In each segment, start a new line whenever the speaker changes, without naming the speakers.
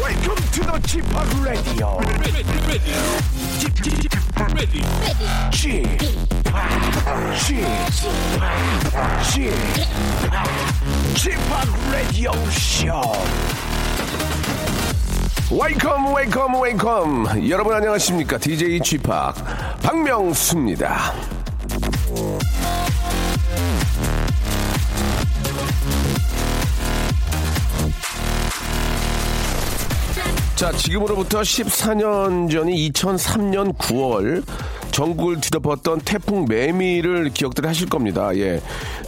welcome to the Chip Radio.
ready, ready, ready, ready.
Chip, Chip, Chip, Chip Radio Show. 웨이컴 웨이컴 웨이컴 여러분 안녕하십니까 DJ 쥐팍 박명수입니다 자, 지금으로부터 14년 전인 2003년 9월 전국을 뒤덮었던 태풍 매미를 기억들 하실 겁니다. 예.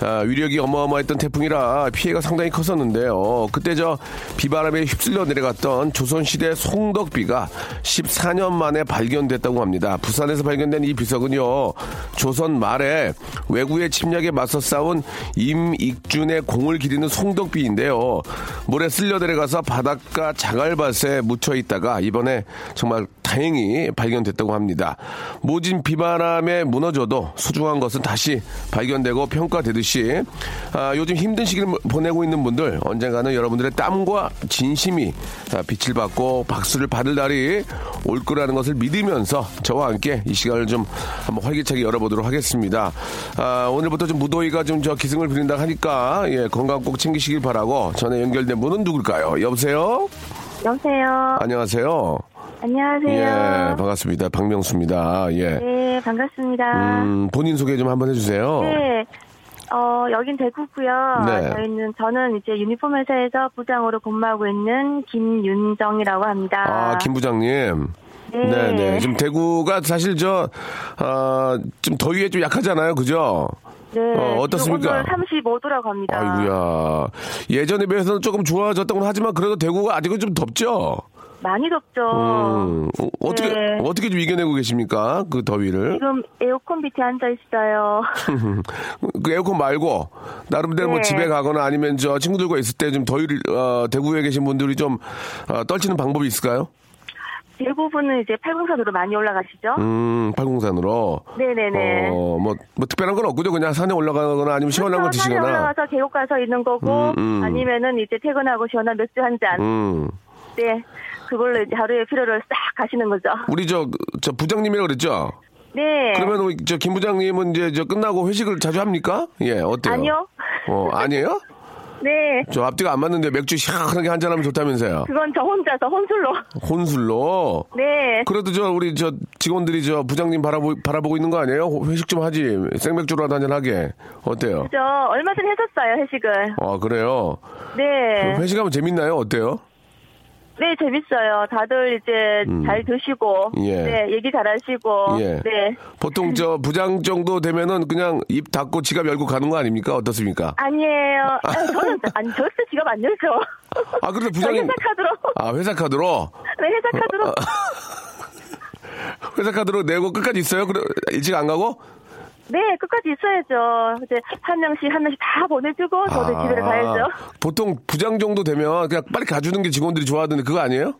아, 위력이 어마어마했던 태풍이라 피해가 상당히 컸었는데요. 그때 저 비바람에 휩쓸려 내려갔던 조선시대 송덕비가 14년 만에 발견됐다고 합니다. 부산에서 발견된 이 비석은요, 조선 말에 외국의 침략에 맞서 싸운 임익준의 공을 기리는 송덕비인데요. 물에 쓸려 내려가서 바닷가 자갈밭에 묻혀 있다가 이번에 정말 다행히 발견됐다고 합니다. 모진 비바람에 무너져도 소중한 것은 다시 발견되고 평가되듯이 아, 요즘 힘든 시기를 보내고 있는 분들 언젠가는 여러분들의 땀과 진심이 아, 빛을 받고 박수를 받을 날이 올 거라는 것을 믿으면서 저와 함께 이 시간을 좀 한번 활기차게 열어보도록 하겠습니다. 아, 오늘부터 좀 무더위가 좀 저 기승을 부린다 하니까 예, 건강 꼭 챙기시길 바라고 전에 연결된 분은 누굴까요? 여보세요?
여보세요.
안녕하세요.
안녕하세요.
아, 예, 반갑습니다. 박명수입니다. 예.
네, 반갑습니다.
음, 본인 소개 좀 한번 해주세요.
네. 어, 여긴 대구고요.
네.
저희는 저는 이제 유니폼 회사에서 부장으로 근무하고 있는 김윤정이라고 합니다.
아, 김 부장님.
네.
네, 네. 지금 대구가 사실 저, 아, 좀 더위에 좀 약하잖아요. 그죠?
네,
어, 어떻습니까?
지금 오늘 35도라고 합니다.
아이고야. 예전에 비해서는 조금 좋아졌다고 하지만 그래도 대구가 아직은 좀 덥죠?
많이 덥죠.
음, 어, 어떻게,
네.
어떻게 좀 이겨내고 계십니까? 그 더위를.
지금 에어컨 밑에 앉아 있어요.
그 에어컨 말고 나름대로 뭐
네.
집에 가거나 아니면 저 친구들과 있을 때 좀 더위를 어, 대구에 계신 분들이 좀 어, 떨치는 방법이 있을까요?
대부분은 이제 803으로 많이 올라가시죠?
음, 팔공산으로.
네네네.
어, 뭐, 뭐 특별한 건 없고요. 그냥 산에 올라가거나 아니면 시원한 거
그렇죠. 산에
드시거나.
올라가서 계곡 가서 있는 거고
음, 음.
아니면은 이제 퇴근하고 시원한 맥주 한 잔.
음.
네. 그걸로 이제 하루의 피로를 싹 가시는 거죠.
우리 저, 저 부장님이라고 그랬죠?
네.
그러면 우리 저 김 부장님은 이제 저 끝나고 회식을 자주 합니까? 예, 어때요?
아니요.
어, 아니에요?
네.
저 앞뒤가 안 맞는데 맥주 시원하게 한잔 하면 좋다면서요.
그건 저 혼자서 혼술로.
혼술로.
네.
그래도 저 우리 저 직원들이 저 부장님 바라보, 바라보고 있는 거 아니에요? 호- 회식 좀 하지 생맥주라도 한잔 하게 어때요?
저 얼마 전에 했었어요, 회식을.
아 그래요?
네.
회식하면 재밌나요? 어때요?
네, 재밌어요. 다들 이제 잘 드시고.
음. 예.
네, 얘기 잘 하시고.
예.
네.
보통 저 부장 정도 되면은 그냥 입 닫고 지갑 열고 가는 거 아닙니까? 어떻습니까?
아니에요. 아, 저는, 아니, 절대 지갑 안 열죠.
아 그래도
저
부장님
회사 카드로.
아 회사 카드로
네, 회사
아,
카드로.
회사 카드로 내고 끝까지 있어요? 그래 일찍 안 가고?
네, 끝까지 있어야죠. 이제 한 명씩 한 명씩 다 보내주고 저도
아,
어, 네, 집에 가야죠.
보통 부장 정도 되면 그냥 빨리 가주는 게 직원들이 좋아하던데 그거 아니에요?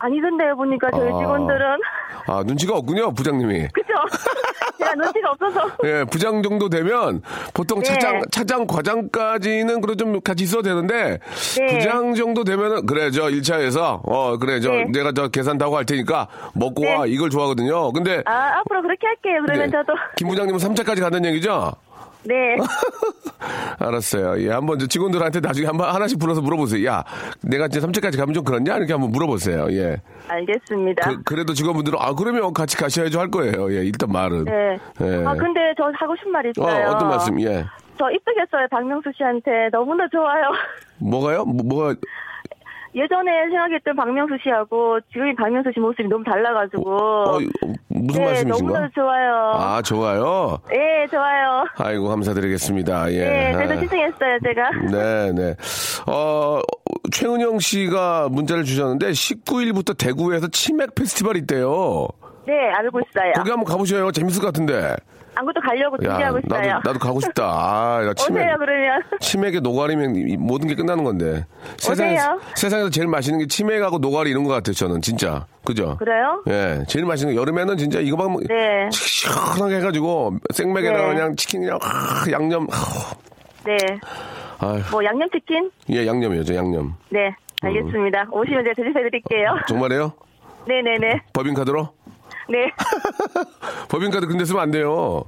아니던데요, 보니까 저희
아.
직원들은.
아 눈치가 없군요 부장님이.
그죠? 제가 눈치가 없어서.
예, 부장 정도 되면 보통
네.
차장, 차장, 과장까지는 그래도 좀 같이 있어도 되는데
네.
부장 정도 되면은 그래 저 1차에서 어 그래 저
네.
내가 저 계산 다고 할 테니까 먹고
네.
와 이걸 좋아하거든요. 근데
아, 앞으로 그렇게 할게요.
네.
그러면 저도.
김 부장님은 3차까지 가는 얘기죠?
네.
알았어요. 예, 한번 저 직원들한테 나중에 한번 하나씩 불러서 물어보세요. 야, 내가 이제 3차까지 가면 좀 그렇냐? 이렇게 한번 물어보세요. 예.
알겠습니다.
그, 래도 직원분들은 아 그러면 같이 가셔야죠 할 거예요. 예, 일단 말은.
네.
예.
아, 근데 저 하고 싶은 말
어,
있어요.
어떤 말씀? 예.
저 입덕했어요. 박명수 씨한테. 너무나 좋아요.
뭐가요? 뭐, 뭐가
예전에 생각했던 박명수 씨하고 지금의 박명수 씨 모습이 너무 달라가지고.
어, 무슨
네,
말씀이신가?
너무나 좋아요.
아, 좋아요.
예, 좋아요.
아이고, 감사드리겠습니다. 예.
예, 그래서 신청했어요, 제가.
네, 네. 어, 최은영 씨가 문자를 주셨는데, 19일부터 대구에서 치맥 페스티벌 있대요.
네, 알고 있어요.
거기 한번 가보셔요. 재밌을 것 같은데.
안그도 가려고
야,
준비하고
나도,
있어요.
나도 가고 싶다. 아, 나 치맥.
오세요, 그러면.
치맥에 노가리면 이- 이 모든 게 끝나는 건데. 세상에서,
오세요.
세상에서 제일 맛있는 게 치맥하고 노가리 이런 것 같아요, 저는. 진짜. 그죠?
그래요?
예, 제일 맛있는 거 여름에는 진짜 이거 막
네.
시원하게 해가지고 생맥에다가
네.
그냥 치킨 그냥 확 양념
네.
아휴,
뭐, 양념치킨?
예 양념이요 저 양념
네. 알겠습니다. 오시면 제가 대접해드릴게요.
정말이에요?
네네네.
법인카드로?
네.
법인카드 근데 쓰면 안 돼요.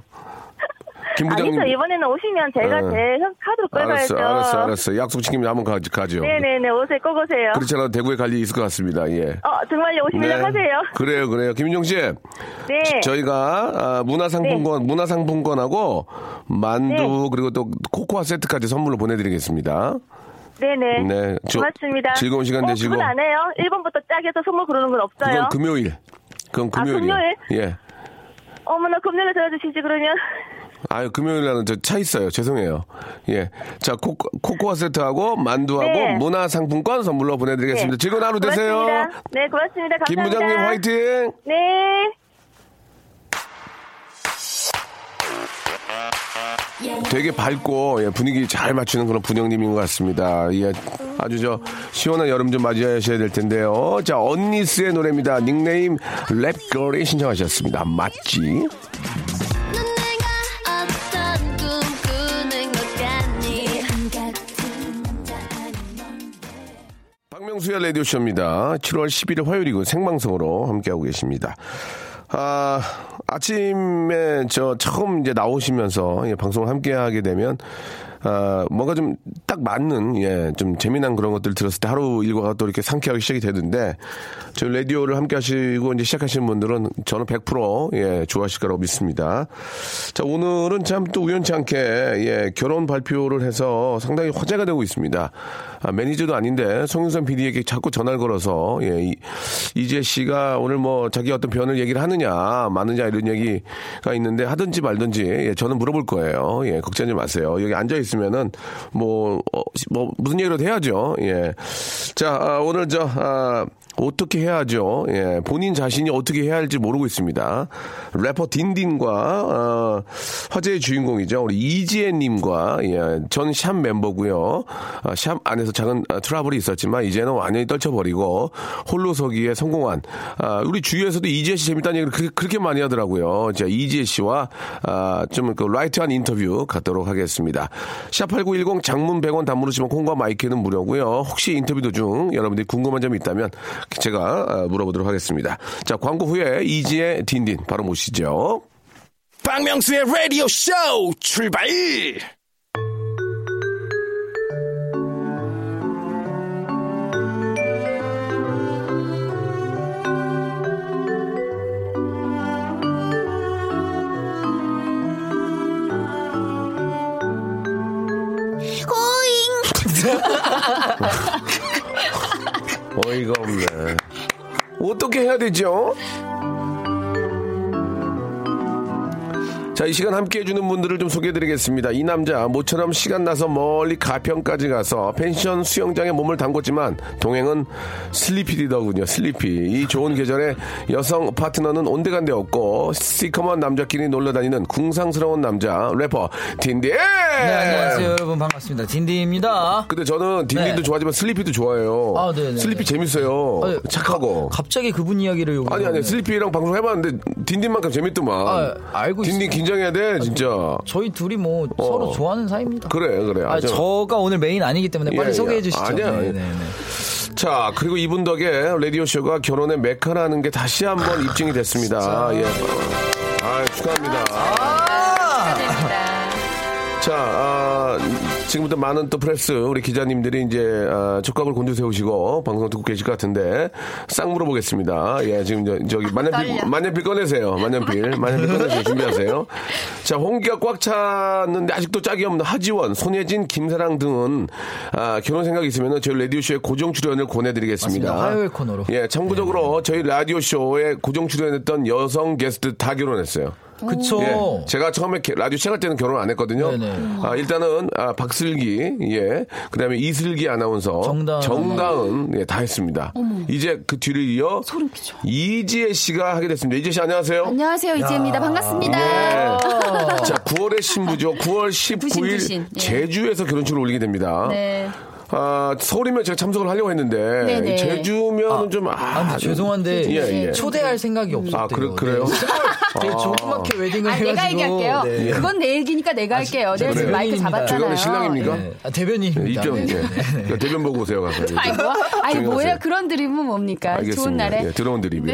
김 부장님.
아니죠. 이번에는 오시면 제가
아.
제 카드로
알았어,
끌어야죠.
알았어, 알았어. 약속 지키면 한번 가, 가죠.
네네네. 오세요. 꼭 오세요.
그렇지 않아도 대구에 갈 일이 있을 것 같습니다. 예.
어, 정말요. 오시면 연락하세요.
그래요, 그래요. 김윤정 씨,
네.
저희가 아, 문화상품권, 문화상품권하고 만두
네.
그리고 또 코코아 세트까지 선물로 보내드리겠습니다.
네네.
네, 저-
고맙습니다.
즐거운 시간
어,
되시고.
그건 안 해요. 1번부터 짝해서 선물 고르는 건
그건
없어요.
금요일. 그건
아,
금요일이요.
금요일?
예.
어머나, 금요일에 들어주시지, 그러면.
아유, 금요일 날은 저 차 있어요. 죄송해요. 예. 자, 코, 코코아 세트하고 만두하고
네.
문화상품권 선물로 보내드리겠습니다.
네.
즐거운 하루 되세요.
고맙습니다. 네, 고맙습니다. 감사합니다.
김 부장님 화이팅!
네.
되게 밝고 예, 분위기 잘 맞추는 그런 분영님인 것 같습니다. 예, 아주 저 시원한 여름 좀 맞이하셔야 될 텐데요. 자 언니스의 노래입니다. 닉네임 랩걸이 신청하셨습니다. 맞지?
넌 내가 어떤 꿈 꾸는 것 같니 한 같은 남자 아닌 넌
박명수의 라디오쇼입니다. 7월 11일 화요일이고 생방송으로 함께하고 계십니다. 아, 아침에 저 처음 이제 나오시면서 예, 방송을 함께하게 되면 아, 뭔가 좀 딱 맞는 예, 좀 재미난 그런 것들 들었을 때 하루 일과가 또 이렇게 상쾌하게 시작이 되는데 저희 라디오를 함께 하시고 이제 시작하시는 분들은 저는 100% 예, 좋아하실 거라고 믿습니다. 자, 오늘은 참 또 우연치 않게 예, 결혼 발표를 해서 상당히 화제가 되고 있습니다. 아, 매니저도 아닌데 송윤선 PD에게 자꾸 전화를 걸어서 예, 이- 이재 씨가 오늘 뭐 자기 어떤 변을 얘기를 하느냐, 마느냐 이런 얘기가 있는데 하든지 말든지 예, 저는 물어볼 거예요. 예, 걱정하지 마세요. 여기 앉아 있으면은 뭐, 어, 뭐 무슨 얘기라도 해야죠. 예. 자, 아, 오늘 저 아, 어떻게 해야죠? 예, 본인 자신이 어떻게 해야 할지 모르고 있습니다. 래퍼 딘딘과 어, 화제의 주인공이죠. 우리 이지혜님과 예, 전샵 멤버고요. 아, 샵 안에서 작은 아, 트러블이 있었지만 이제는 완전히 떨쳐버리고 홀로서기에 성공한 아, 우리 주위에서도 이지혜 씨 재밌다는 얘기를 그, 그렇게 많이 하더라고요. 자, 이지혜 씨와 아, 좀그 라이트한 인터뷰 갖도록 하겠습니다. 샵8910 장문 100원 단무르시면 콩과 마이크는 무료고요. 혹시 인터뷰 도중 여러분들이 궁금한 점이 있다면 제가 아, 물어보도록 하겠습니다. 자, 광고 후에 이지혜 딘딘 바로 모시죠.
박명수의 라디오 쇼 출발!
호잉
어이가 없네. 어떻게 해야 되죠? 자, 이 시간 함께 해주는 분들을 좀 소개해드리겠습니다. 이 남자, 모처럼 시간 나서 멀리 가평까지 가서 펜션 수영장에 몸을 담궜지만 동행은 슬리피디더군요, 슬리피. 이 좋은 계절에 여성 파트너는 온데간데 없고 시커먼 남자끼리 놀러 다니는 궁상스러운 남자, 래퍼, 딘디!
네, 안녕하세요 여러분 반갑습니다 진디입니다
근데 저는 딘딘도
네.
좋아하지만 슬리피도 좋아해요.
아, 네네네.
슬리피 재밌어요.
아니,
그, 착하고.
갑자기 그분 이야기를 요구
아니 아니 슬리피랑 방송 해봤는데 딘딘만큼 재밌더만.
아, 알고
딘딘
있어요.
긴장해야 돼 진짜.
저희 둘이 뭐 서로 좋아하는 사이입니다
그래 그래. 어.
아,
아주.
저가 오늘 메인 아니기 때문에
예,
빨리
예.
소개해 주시죠 네,
아니야, 아니야. 자 그리고 이분 덕에 라디오 쇼가 결혼의 메카라는 게 다시 한번 입증이 됐습니다. 예. 아 축하합니다.
아!
자, 아, 지금부터 많은 또 프레스 우리 기자님들이 이제 아, 촉각을 곤두세우시고 방송 듣고 계실 것 같은데 싹 물어보겠습니다. 예, 지금 저, 저기 만년필 만년필 꺼내세요. 만년필 만년필 꺼내세요. 준비하세요. 자, 홍기가 꽉 찼는데 아직도 짝이 없는 하지원, 손예진, 김사랑 등은 아, 결혼 생각 이 있으면 저희 라디오 쇼에 고정 출연을 권해드리겠습니다.
맞습니다. 화요일 코너로. 네.
예, 참고적으로 저희 라디오 쇼에 고정 출연했던 여성 게스트 다 결혼했어요.
그쵸
예, 제가 처음에 게- 라디오 시작할 때는 결혼 안 했거든요.
네네.
아, 일단은 아, 박슬기, 예, 그다음에 이슬기 아나운서,
정다은
정다은, 예, 다 했습니다. 이제 그 뒤를 이어
소름 끼쳐.
이지혜 씨가 하게 됐습니다. 이지혜 씨 안녕하세요.
안녕하세요 이지혜입니다. 반갑습니다.
예. 자, 9월의 신부죠. 9월 19일
부신, 부신. 예.
제주에서 결혼식을 올리게 됩니다.
네.
아, 서울이면 제가 참석을 하려고 했는데
네네.
제주면은 좀 아,
아, 근데 죄송한데
예, 예.
초대할 생각이 없었대요.
아, 그래- 그래요?
네. 되게 조그맣게 웨딩을
아,
해가지고.
내가 얘기할게요.
예,
네.
그건 내 얘기니까 내가 할게요. 내가 지금
아, 그래요?
마이크
주간의
잡았잖아요.
신랑입니까?
네. 아, 대변인입니다.
그러니까? 입장
네.
예. 그러니까 대변 보고 오세요 가서.
아니, 뭐, 아니 뭐야
조용하세요.
그런 드립은 뭡니까?
알겠습니다.
좋은 날에
예, 들어온 드립이.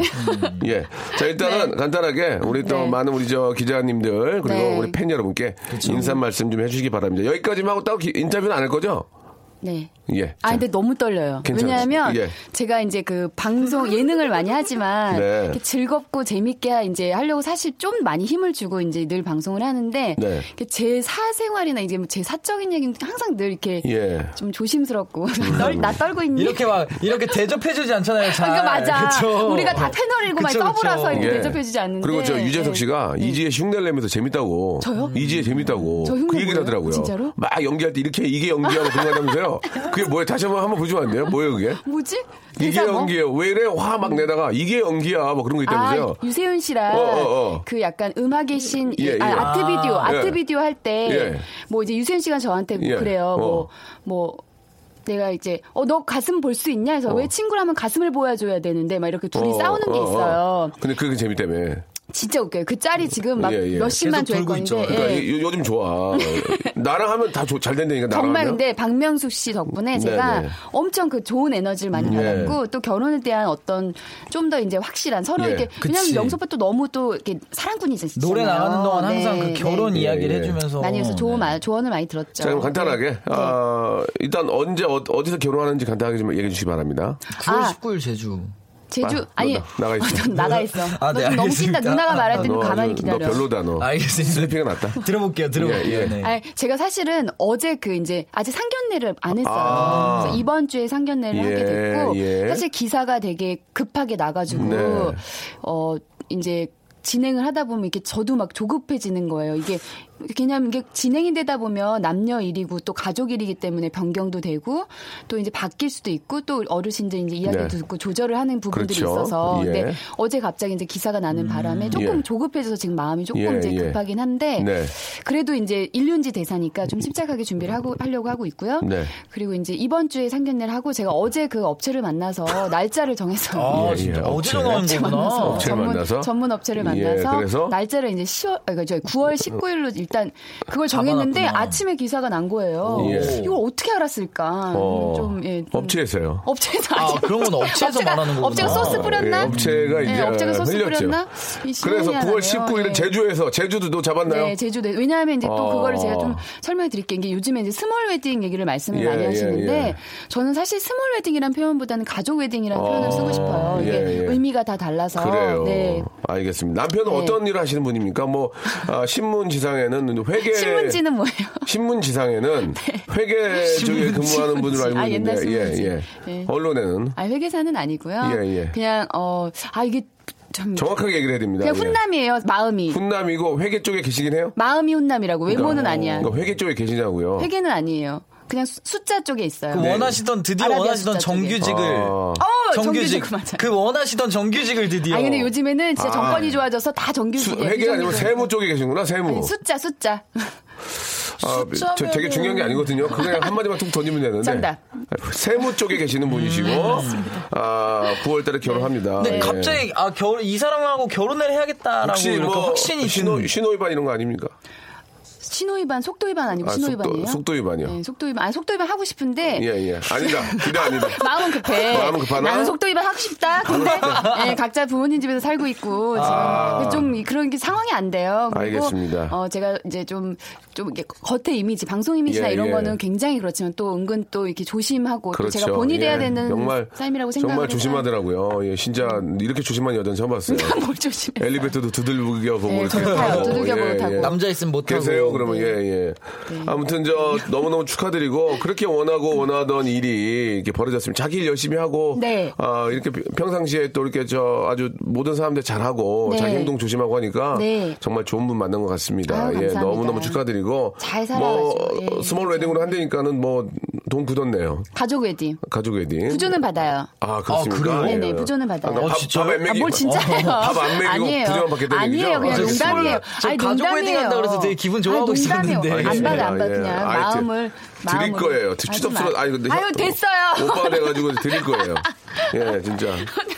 예. 자, 일단은 간단하게 우리 또
네.
많은 우리 저 기자님들 그리고
네. 그렇죠.
우리 팬 여러분께 인사 말씀 좀 해주시기 바랍니다. 여기까지만 하고 따로 기- 인터뷰는 안 할 거죠?
네.
예. 자,
아, 근데 너무 떨려요.
괜찮아요.
왜냐하면
예.
제가 이제 그 방송 예능을 많이 하지만
네.
이렇게 즐겁고 재밌게 이제 하려고 사실 좀 많이 힘을 주고 이제 늘 방송을 하는데
네.
이렇게 제 사생활이나 이제 뭐제 사적인 얘기는 항상 늘 이렇게
예.
좀 조심스럽고 떨, 나 떨고 있니?
이렇게 막 이렇게 대접해주지 않잖아요. 잘.
그러니까 맞아.
그쵸?
우리가 다 테너리고만
그쵸, 그쵸.
서브라서 이렇게
예.
대접해주지 않는데.
그리고 저 유재석
네.
씨가 이지혜 흉내 내면서 재밌다고.
저요?
이지혜 재밌다고.
저 흉내
그 얘기를
뭐예요?
하더라고요.
진짜로?
막 연기할 때 이렇게 이게 연기하고 그런 거 하면서요. 그게 뭐예요? 다시 한번 한번 보시면 안 돼요? 뭐예요, 그게?
뭐지?
이게
대사 뭐?
연기예요. 왜 이래? 화 막 내다가 이게 연기야. 뭐 그런 거 있다면서요.
아, 유세윤 씨랑
어, 어, 어.
그 약간 음악의 신,
예, 예.
아, 아트 비디오,
아.
아, 트
예.
비디오 할 때 뭐
예.
이제 유세윤 씨가 저한테 뭐
예.
그래요.
어.
뭐, 뭐. 내가 이제 어 너 가슴 볼 수 있냐 해서 왜 친구라면 가슴을 보여줘야 되는데 막 이렇게 둘이
어,
싸우는 게
어, 어.
있어요.
근데 그게 재밌다며.
진짜 웃겨요. 그 짤이 지금 막
예, 예.
몇십만
계속
조회
돌고 있죠.
건데
그러니까
예.
요- 요즘 좋아. 나랑 하면 다 잘 된다니까 나랑
정말 네.
하면.
근데 박명숙 씨 덕분에 제가
네.
엄청 그 좋은 에너지를 많이
네.
받았고 또 결혼에 대한 어떤 좀 더 이제 확실한 서로
예,
이렇게
그치.
왜냐면 영섭 오빠 또 너무 또 이렇게 사랑꾼이잖아요.
노래 나가는 동안
네,
항상 그 결혼
네.
이야기를
예, 예.
해주면서.
네. 많이 그래서 조언, 많- 조언을 많이 들었죠.
자 그럼 간단하게
네.
아, 일단 언제 어, 디서 결혼하는지 간단하게 좀 얘기해 주시기 바랍니다.
9월
아.
19일 제주.
제주
아,
아니
나- 나가 있어.
넌 나가 있어.
아,
너
네,
좀 너무
알겠습니다.
찐다. 누나가 말할 때는
너,
가만히
아주-
기다려.
너 별로다 너.
알겠습니다.
슬리핑이 낫다.
들어볼게요. 들어볼게요.
예, 예.
네.
아니, 제가 사실은 어제 그 이제 아직 상견례를 안 했어요.
아.
그래서 이번 주에 상견례를
예,
하게 됐고
예.
사실 기사가 되게 급하게 나가지고
네.
어 이제 진행을 하다 보면 이게 저도 막 조급해지는 거예요. 이게 왜냐면 이게 진행이 되다 보면 남녀 일이고 또 가족 일이기 때문에 변경도 되고 또 이제 바뀔 수도 있고 또 어르신들 이제 이야기
네.
도 듣고 조절을 하는 부분들이
그렇죠.
있어서
예.
근데 어제 갑자기 이제 기사가 나는 바람에 조금
예.
조급해져서 지금 마음이 조금
예,
이제
예.
급하긴 한데
네.
그래도 이제 1년지 대사니까 좀 침착하게 준비를 하고 하려고 하고 있고요.
네.
그리고 이제 이번 주에 상견례를 하고 제가 어제 그 업체를 만나서 날짜를 정해서
아,
예,
진짜.
예.
어제
업체.
전화한
업체
거구나.
만나서
업체를
전문
만나서?
전문 업체를
예,
만나서
그래서? 어.
날짜를 이제 10월 그러니까 저 9월 19일로 일단 그걸 정했는데
잡아놨구나.
아침에 기사가 난 거예요.
예.
이걸 어떻게 알았을까?
어,
좀, 예, 좀
업체에서요.
업체에서
아,
아직-
그런 건 업체에서
업체가-
말하는 거구나.
업체가 소스 뿌렸나?
예, 업체가
네,
이제
업체가 소스
흘렸죠.
뿌렸나? 이
그래서
신문이
9월
하나네요.
19일은
예.
제주에서 제주도 너 잡았나요?
네, 제주도. 왜냐하면 이제 또
어.
그거를 제가 좀 설명해 드릴게요. 이게 요즘에 이제 스몰 웨딩 얘기를 말씀을
예,
많이
예,
하시는데
예.
저는 사실 스몰 웨딩이란 표현보다는 가족 웨딩이라는
어.
표현을 쓰고 싶어요. 이게
예, 예.
의미가 다 달라서.
그래요.
네.
알겠습니다. 남편은
네.
어떤 일을 하시는 분입니까? 뭐 아, 신문지상에는 회계
신문지는 뭐예요?
신문지상에는 회계 쪽에 근무하는 분으로 알고
네. 아,
있는데
옛날 신문지.
예, 예.
네.
언론에는
아, 회계사는 아니고요.
예, 예.
그냥 어, 아 이게 참
정확하게 얘기를 해야 됩니다.
그냥
예.
훈남이에요. 마음이.
이고 회계 쪽에 계시긴 해요?
마음이 훈남이라고 외모는 아니야.
그러니까 회계 쪽에 계시냐고요.
회계는 아니에요. 그냥 수- 숫자 쪽에 있어요.
네.
그 원하시던 드디어
아라비아
원하시던
숫자 쪽에.
정규직을
아.
어, 정규직 맞아.
그 원하시던 정규직을 드디어
아 근데 요즘에는 진짜
그, 아.
정권이 좋아져서 다
수-
정규직이에요.
회계가 아니고
비정규직은.
세무 쪽에 계신구나, 세무.
아니, 숫자 숫자.
아, 저 되게 중요한 게 아니거든요. 그냥 한마디만 툭 던지면 되는데.
정답. 음,
세무 쪽에 계시는 분이시고, 아, 9월달에
네.
결혼합니다.
근데
예.
갑자기 아 결 이 사람하고 결혼을 해야겠다라고
혹시
이렇게
뭐
확신이
신호,
드는
신호 위반 이런 거 아닙니까?
신호위반, 속도위반 아니고
아,
신호위반이에요?
속도- 속도위반이요.
네, 속도위반. 아, 속도위반 하고 싶은데
예, 예. 아니다. 기대 아니다.
마음은 급해.
마음은 급하나? 아.
나는 속도위반 하고 싶다. 근데 예, 각자 부모님 집에서 살고 있고 지금 좀 그런 게 상황이 안 돼요. 그리고
알겠습니다.
어, 제가 이제 좀 좀 이게 겉에 이미지, 방송 이미지나
예,
이런
예.
거는 굉장히 그렇지만 또 은근 또 이렇게 조심하고 또
그렇죠.
제가 본이 돼야
예.
되는
정말,
삶이라고 생각을
정말
해서 음.
조심하더라고요. 예, 진짜 이렇게 조심한 여자는 처음 봤어요.
뭘 조심해.
엘리베이터도 두들겨 보고 예,
네, 그렇다요. 두들겨 보고 네. 타고.
남자 있으면 못하고
계세요? 그러면 예 예. 아무튼 저 너무 너무 축하드리고 그렇게 원하고 원하던 일이 이렇게 벌어졌으면 자기 일 열심히 하고
네.
아 이렇게 피- 평상시에 또 이렇게 저 아주 모든 사람들 잘하고
네.
자기 행동 조심하고 하니까
네.
정말 좋은 분 만난 것 같습니다.
아유,
예
감사합니다.
너무 너무 축하드리고
잘
뭐
살아가죠. 예,
스몰
진짜.
웨딩으로 한다니까는 뭐 돈 굳었네요.
가족 외디.
가족 에디.
부조는 받아요.
아, 그렇습니까?
아, 그래요?
네네, 부조는 받아요.
나
어,
밥,
진짜요?
밥안
아,
먹이고. 어,
뭘 진짜예요?
밥 안 먹이고
아니에요.
부정한 밖에 되는
아니에요.
얘기죠?
그냥
아, 진짜
농담이에요.
몰라요.
저
아니
가족
농담이에요.
웨딩 한다 그래서 되게 기분 좋아하고
아니, 농담이에요.
있었는데.
안 받아 안 받아
알겠습니다.
그냥
예. 아이, 드-
마음을
드릴
마음으로.
거예요.
하지
추접스러
마.
아니 근데
아유
협-
됐어요.
오빠가 돼가지고 드릴 거예요. 예, 진짜.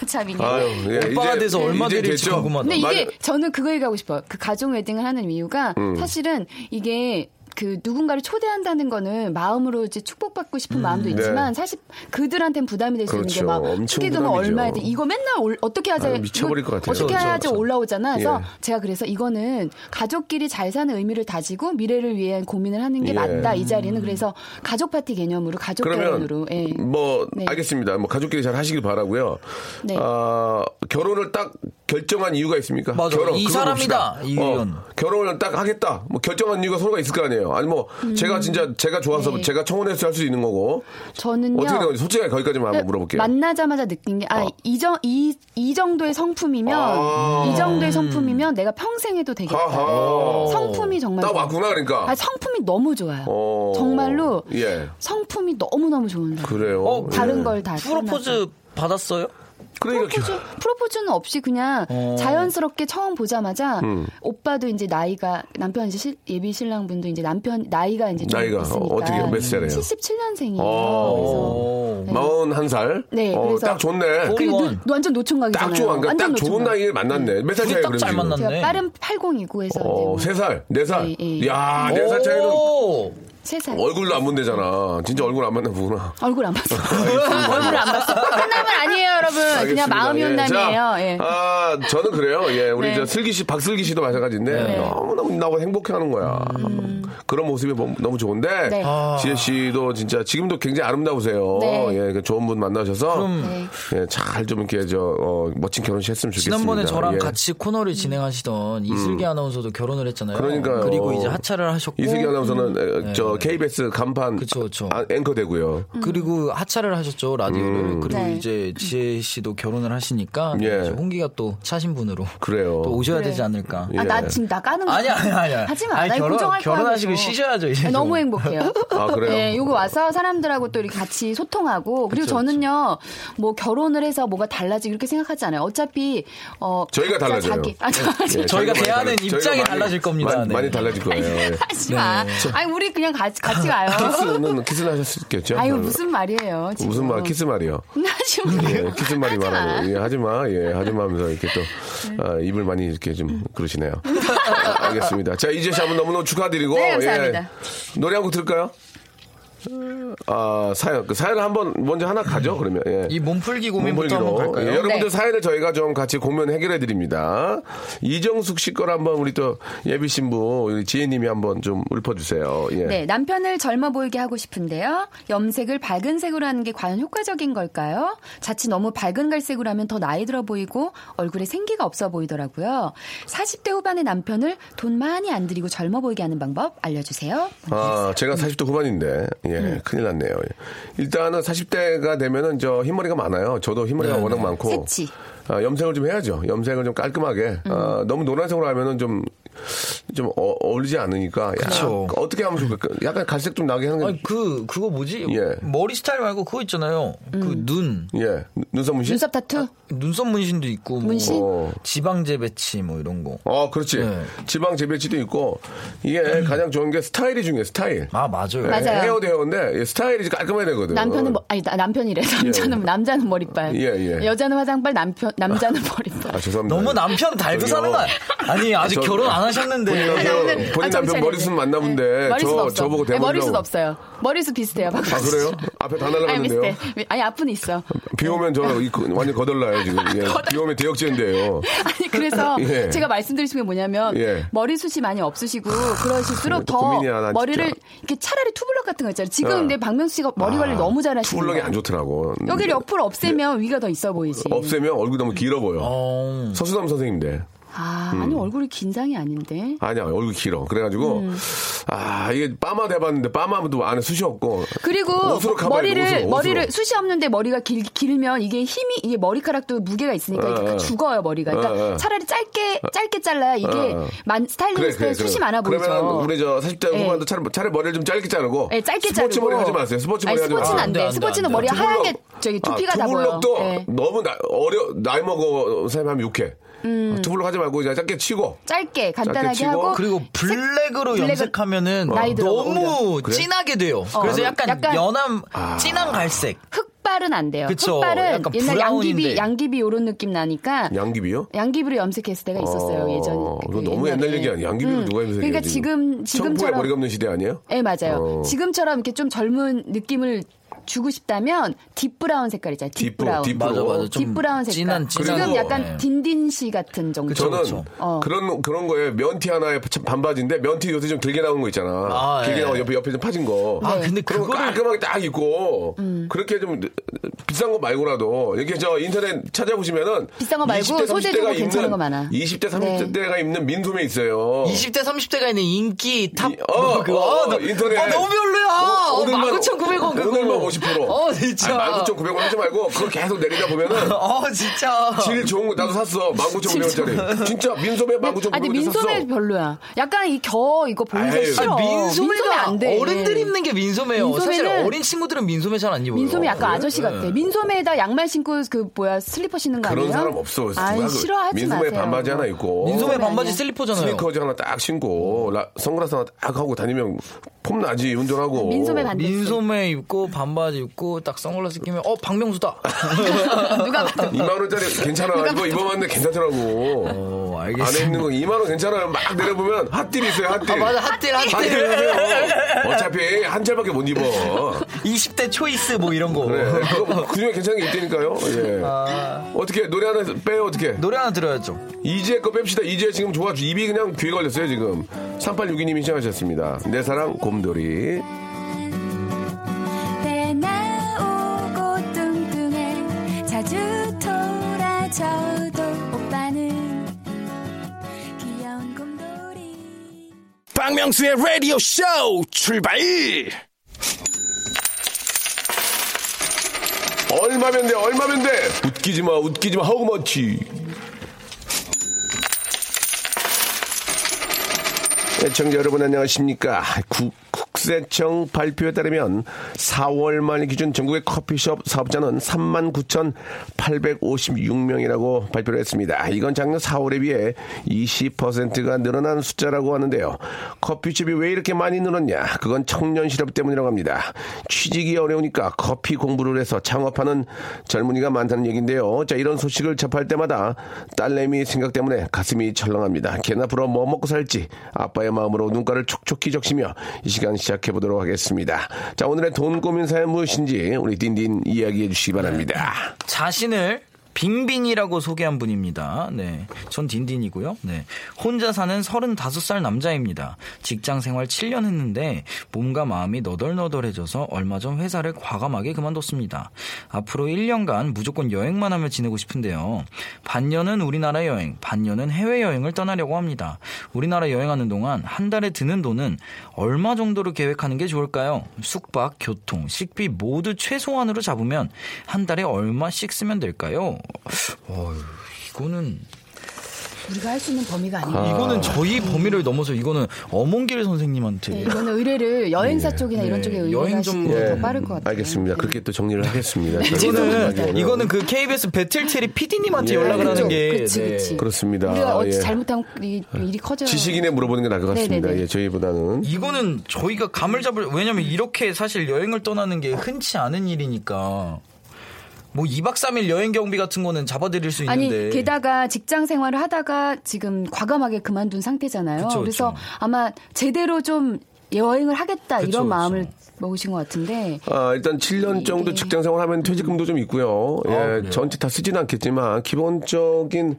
참 이게.
아유, 예,
오빠가
이제-
돼서 얼마
이제
드릴지
됐죠?
궁금하다.
근데 이게
맞아.
저는 그거 얘기하고 싶어요. 그 가족 웨딩을 하는 이유가
음.
사실은 이게 그 누군가를 초대한다는 거는 마음으로 이제 축복받고 싶은 마음도 있지만 사실 그들한테는 부담이 될 수 있는
네. 그렇죠.
게막
엄청
축의금은
부담이죠.
얼마야 돼 이거 맨날 올- 어떻게 하자
아유, 미쳐버릴
이거
것 같아요.
어떻게
그렇죠,
해야지
그렇죠.
올라오잖아 그래서
예.
제가 그래서 이거는 가족끼리 잘 사는 의미를 다지고 미래를 위한 고민을 하는 게
예.
맞다 이 자리는 그래서 가족 파티 개념으로 가족 결혼으로
그러면
예.
뭐
네.
알겠습니다. 뭐 가족끼리 잘 하시길 바라고요.
네.
아, 결혼을 딱 결정한 이유가 있습니까?
맞아.
결혼
이
그거
사람이다,
봅시다. 어,
이건.
결혼을 딱 하겠다. 뭐 결정한 이유가 서로가 있을 거 아니에요. 아니 뭐 제가 진짜 제가 좋아서
네.
제가 청혼해서 할 수도 있는 거고.
저는요. 네,
어떻게 된 건지 솔직하게 거기까지만 한번 물어볼게요.
그
어.
만나자마자 느낀 게 아 이 정 이 이 정도의 성품이면
아.
이 정도의 성품이면 내가 평생 해도 되겠다.
하하.
성품이 정말
딱
좋아요.
왔구나 그러니까.
아, 성품이 너무 좋아요.
어.
정말로
예.
성품이 너무 너무 좋은 사람.
그래요.
어,
예.
다른 걸 다. 떠나서.
프로포즈 받았어요?
그러니까
프로포즈 프로포즈는 없이 그냥
어.
자연스럽게 처음 보자마자 오빠도 이제 나이가 남편 이제 실- 예비 신랑분도 이제 남편 나이가 이제 좀
나이가 어,
있으니까
어떻게요? 몇 살이에요?
77년생이에요.
어.
오.
마흔 한 살.
네,
어,
그래서-
딱 좋네.
그-
그리고
어리원.
노- 완전 노총각이잖아요.
딱 좋은 그러니까 딱
완전
좋은
노총각.
나이를 만났네. 몇 살
둘이
차이
딱
그럼
잘
지금?
만났네.
제가 빠른 809에서 이제
어,
뭐
세 살, 네 살.
예, 예.
야, 네 살 차이는
오.
세살
얼굴도 안 본대잖아. 진짜 얼굴 안 만나 보구나.
얼굴 안 봤어. 얼굴 안 봤어. 끝남은 아니에요, 여러분. 그냥 마음이
온
혼남이에요. 예.
예. 아, 저는 그래요. 예, 우리
네.
저 슬기 씨, 박슬기 씨도 마찬가지인데 너무너무 나고 행복해하는 거야. 그런 모습이 너무- 너무 좋은데
음. 네.
아.
지혜 씨도 진짜 지금도 굉장히 아름다우세요.
네.
예, 그러니까 좋은 분 만나셔서
네.
예, 잘 좀 이렇게 저 어, 멋진 결혼식 했으면 좋겠습니다.
지난번에 저랑
예. 음.
같이 코너를 진행하시던 이슬기 아나운서도 결혼을 했잖아요.
그러니까요. 어,
리고 이제 하차를 하셨고 음. 네.
이슬기 아나운서는 에, 저 KBS 간판
그쵸, 그쵸.
아, 앵커 되고요.
그리고 하차를 하셨죠 라디오를 그리고
음. 네.
이제 지혜 씨도 결혼을 하시니까
음. 예.
이제 홍기가 또 차신 분으로
그래요. 예.
또 오셔야
그래.
되지 않을까.
아, 나 지금 나 까는 거.
아니야, 아니야, 아니야.
하지 마.
아니,
나
결혼-
부정할 거야.
결혼하시고
그래서.
쉬셔야죠, 이제
아니, 너무
좀.
행복해요.
아, 그래요?
예, 요거 와서 사람들하고 또 이렇게 같이 소통하고 그리고 저는요 뭐 결혼을 해서 뭐가 달라지고 이렇게 생각하지 않아요. 어차피 어
저희가
각자
달라져요.
자기 아,
예,
저희가
많이
대하는
달라-
입장이
저희가
달라질 겁니다.
많이,
네.
많이 달라질 거예요. 예.
하지 마. 아니 우리 그냥 같이 같이 가요.
키스는 키스는 하셨겠죠? 뭐,
아유 무슨 말이에요. 지금.
그 무슨 말 키스 말이요.
하지 마.
예, 키스 말이
하지 마.
말하고 예, 하지마 예 하지마 하면서 이렇게 또
네.
아, 입을 많이 이렇게 좀 그러시네요. 아, 알겠습니다. 자 이재 씨 한번 너무너무 축하드리고
네, 감사합니다.
예. 노래 한 곡 들을까요? 아 사연 그 사연을 한번 먼저 하나 가죠 그러면 예.
이 몸풀기 고민부터 한번
몸풀기로
갈까요?
예, 여러분들
네.
사연을 저희가 좀 같이 고민 해결해 드립니다. 이정숙 씨 거를 한번 우리 또 예비 신부 우리 지혜님이 한번 좀 읊어주세요. 예.
네, 남편을 젊어 보이게 하고 싶은데요. 염색을 밝은 색으로 하는 게 과연 효과적인 걸까요? 자칫 너무 밝은 갈색으로 하면 더 나이 들어 보이고 얼굴에 생기가 없어 보이더라고요. 40대 후반의 남편을 돈 많이 안 들이고 젊어 보이게 하는 방법 알려주세요.
아, 제가 40대 후반인데, 예,
음.
큰일 났네요. 예. 일단은 40대가 되면은 저 흰머리가 많아요. 저도 흰머리가
네,
워낙 많고.
새치. 음.
아, 염색을 좀 해야죠. 염색을 좀 깔끔하게. 아, 너무 노란색으로 하면은 좀, 좀 어, 어울리지 않으니까.
그쵸.
약간 어떻게 하면 좋을까? 약간 갈색 좀 나게 하는 게.
아니, 그 그거 뭐지?
예.
머리 스타일 말고 그거 있잖아요.
음.
그 눈
예. 눈썹 문신?
눈썹 타투?
눈썹 문신도 있고 뭐
문신?
어.
지방제 배치 뭐 이런 거.
어, 그렇지.
네.
지방 재배치도 있고, 이게 가장 좋은 게 스타일이 중요해, 스타일.
아 맞아요.
맞아요.
헤어도 헤어인데, 예, 스타일이 깔끔해야 되거든.
남편은 뭐, 아니 나- 남편이래 남자는 남자는 머리빨,
예, 예.
여자는 화장빨, 남편 남자는 머리빨.
아, 죄송합니다.
너무 남편 달고
저기요.
사는 거야. 아니 아직
저-
결혼 안
본인
하셨는데.
남편,
오늘-
본인
아, 정신
남편
차리세요.
머리숱 맞나본데
네, 머리숱
저,
없어.
저보고
아니,
대본
머리숱
보려고.
없어요. 머리숱 비슷해요. 방금
아 그래요? 앞에 다
아니
날라갔는데요.
비슷해. 아니 앞은 있어.
비 오면 저 이- 그, 완전 거덜나요 지금. 예, 비 오면 대역죄인데요.
아니 그래서
예.
제가 말씀드릴 수 있는 게 뭐냐면
예. 아,
머리숱이 많이 없으시고
이것도
그러실수록 더
고민이야, 나
머리를
진짜.
이렇게 차라리 투블럭 같은 거 있잖아요. 지금
어.
근데 박명수 씨가 머리 관리 를 너무 잘하시는
투블럭이
거예요.
아, 안 좋더라고. 예.
여기를 옆으로 없애면 위가 더 있어 보이지.
없애면 얼굴이 너무 길어 보여.
어.
서수남 선생님인데.
아, 아니 얼굴이 긴장이 아닌데.
아니야 얼굴 길어 그래가지고
음.
아 이게 빠마 대봤는데 빠마도 안에 숱이 없고
그리고
옷으로 가봐야 돼,
머리를
옷으로, 옷으로.
머리를 숱이 없는데 머리가 길, 길면 이게 힘이 이게 머리카락도 무게가 있으니까
예,
이렇게
예.
죽어요 머리가. 그러니까
예, 예.
차라리 짧게 짧게 잘라야 이게
예, 예.
만
그래,
스타일리스트의
그래, 그래.
숱이 많아 보이죠.
그러면 우리 저 40대
예.
후반도 차라리, 차라리 머리를 좀 짧게 자르고
예, 짧게
스포츠
자르고.
머리 하지 마세요 스포츠
아니,
머리 하지 마세요
스포츠는 안
안 돼,
돼.
안 돼,
스포츠는
안 돼.
머리
두블럭.
하얗게 저기 두피가
아,
다 보여.
투블럭도
예.
너무 나, 어려 나이 먹어 사람하면 욕해.
음.
투블럭 하지 말고 그냥 짧게 치고.
짧게 간단하게
치고.
하고
그리고 블랙으로
블랙은-
염색하면은
나이 들어,
너무
그래? 아.
진하게 돼요. 그래서
나는-
약간,
약간-
연함, 진한 갈색.
흑발은 안 돼요.
그쵸.
흑발은
약간
옛날 양귀비
브라운인데.
양귀비 요런 느낌 나니까
양귀비요?
양귀비로 염색했을 때가 있었어요
어,
예전.
그거 너무 옛날 얘기 아니야. 양귀비로 누가 염색해?
그러니까 지금
청포에
지금처럼
머리 감는 시대 아니에요?
예,
어.
맞아요. 지금처럼 이렇게 좀 젊은 느낌을 주고 싶다면 딥브라운 색깔 있잖아요.
딥브-
딥브라운.
딥-
맞아, 맞아. 좀
딥브라운 색깔.
진한, 진한.
지금
거.
약간
네.
딘딘 씨 같은 정도.
그쵸,
저는
그쵸.
어.
그런 그런 거에 면티 하나에 참 반바지인데 면티 요새 좀 길게 나오는 거 있잖아.
아,
길게
예.
나오고 옆에 옆에 좀 파진 거.
네.
아, 근데
그런 거
그거를
깔끔하게 딱 입고
음.
그렇게 좀 비싼 거 말고라도 이렇게 저 인터넷 찾아보시면은
비싼 거 말고
20대, 30대 가
소재 좋고 괜찮은
입는
거 많아. 네.
20대 30대가 입는 민소매 있어요.
20대, 30대가 있는 인기 탑.
이- 어,
뭐 그거.
어,
어, 너,
인터넷.
어, 너무 별로야. 어,
오늘만-
19,900원 그거.
오늘만 50%.
어, 진짜.
19,900원 하지 말고 그걸 계속 내리다 보면은
어, 진짜.
질 좋은 거 나도 샀어. 19,900원짜리. 진짜 민소매
아니
19,900원짜리
민소매
샀어.
별로야. 약간 이 겨 이거 보이기
아유.
싫어.
아니,
민소매
민소매가
안 돼. 네.
어른들 입는 게 민소매예요. 사실
민소매는-
어린 친구들은 민소매 잘 안 입어요. 네.
민소매 약간 아저씨 같아. 민소매에다 양말 신고 그 뭐야 슬리퍼 신는 거
그런
아니에요?
사람 없어.
아이
누가 그-
싫어하지
민소매
마세요.
반바지 하나 입고.
어. 민소매
아니야.
반바지 슬리퍼잖아요.
스니커즈 하나 딱 신고 라- 선글라스 하나 딱 하고 다니면 폼 나지 운전하고
아, 민소매 반대.
민소매 입고 반바지 입고 딱 선글라스 끼면 어 박명수다.
누가 봐도
2만 원짜리 괜찮아 이거
그러니까 그
입어봤는데 괜찮더라고
어
안에
알겠습니다.
있는 거 2만 원 괜찮아요 막 내려보면 핫딜 있어요 핫딜
아 맞아 핫딜 핫딜.
핫딜 어차피 한 찰밖에 못 입어
20대 초이스 뭐 이런 거.
그래 그거 그중에 괜찮은 게 있다니까요 예. 어떻게 노래 하나 빼요 어떻게
아. 노래 하나 들어야죠.
이지혜 거 뺍시다 이지혜 지금 좋아 입이 그냥 귀에 걸렸어요 지금 3862님이 시청하셨습니다 내 사랑 곰돌이
배 나오고 뚱뚱해 자주 돌아져도 오빠는 귀여운 곰돌이
박명수의 라디오 쇼 출발!
얼마면 돼 얼마면 돼 웃기지 마 웃기지 마 하고 많지 시청자 여러분 안녕하십니까 국, 국세청 발표에 따르면 4월 말 기준 전국의 커피숍 사업자는 39,856명이라고 발표를 했습니다 이건 작년 4월에 비해 20%가 늘어난 숫자라고 하는데요 커피숍이 왜 이렇게 많이 늘었냐 그건 청년 실업 때문이라고 합니다 취직이 어려우니까 커피 공부를 해서 창업하는 젊은이가 많다는 얘기인데요. 자, 이런 소식을 접할 때마다 딸내미 생각 때문에 가슴이 철렁합니다. 걔나 앞으로 뭐 먹고 살지 아빠의 마음으로 눈가를 촉촉히 적시며 이 시간 시작해 보도록 하겠습니다. 자, 오늘의 돈 고민 사연 무엇인지 우리 딘딘 이야기해 주시기 바랍니다.
자신을 빙빙이라고 소개한 분입니다. 네. 전 딘딘이고요. 네. 혼자 사는 35살 남자입니다. 직장 생활 7년 했는데 몸과 마음이 너덜너덜해져서 얼마 전 회사를 과감하게 그만뒀습니다. 앞으로 1년간 무조건 여행만 하며 지내고 싶은데요. 반년은 우리나라 여행, 반년은 해외여행을 떠나려고 합니다. 우리나라 여행하는 동안 한 달에 드는 돈은 얼마 정도로 계획하는 게 좋을까요? 숙박, 교통, 식비 모두 최소한으로 잡으면 한 달에 얼마씩 쓰면 될까요? 어, 이거는
우리가 할 수 있는 범위가 아니에요.
이거는 저희 범위를 넘어서 이거는 어몽길 선생님한테
네, 이거는 의뢰를 여행사 쪽이나 이런
네,
쪽에 의뢰를
여행
하시면
전문.
더 빠를 것 같아요.
예. 알겠습니다. 그렇게 또 정리를 하겠습니다.
이거는 이거는 그 KBS 배틀체리 PD님한테
예.
연락을 하는
그죠.
게 네.
그치, 그치.
그렇습니다.
우리가 어찌
예.
잘못하면 이- 일이 커져요.
지식인에 물어보는 게 나을 것 같습니다.
네네네.
예, 저희보다는
이거는 저희가 감을 잡을 왜냐면 이렇게 사실 여행을 떠나는 게 흔치 않은 일이니까 뭐 2박 3일 여행 경비 같은 거는 잡아드릴 수
아니
있는데
게다가 직장 생활을 하다가 지금 과감하게 그만둔 상태잖아요.
그쵸,
그래서
그쵸.
아마 제대로 좀 여행을 하겠다
그쵸,
이런
그쵸.
마음을 먹으신 것 같은데
아, 일단 7년 정도
네. 아,
직장 생활하면 퇴직금도 좀 있고요. 예,
그래요?
전체 다 쓰진 않겠지만 기본적인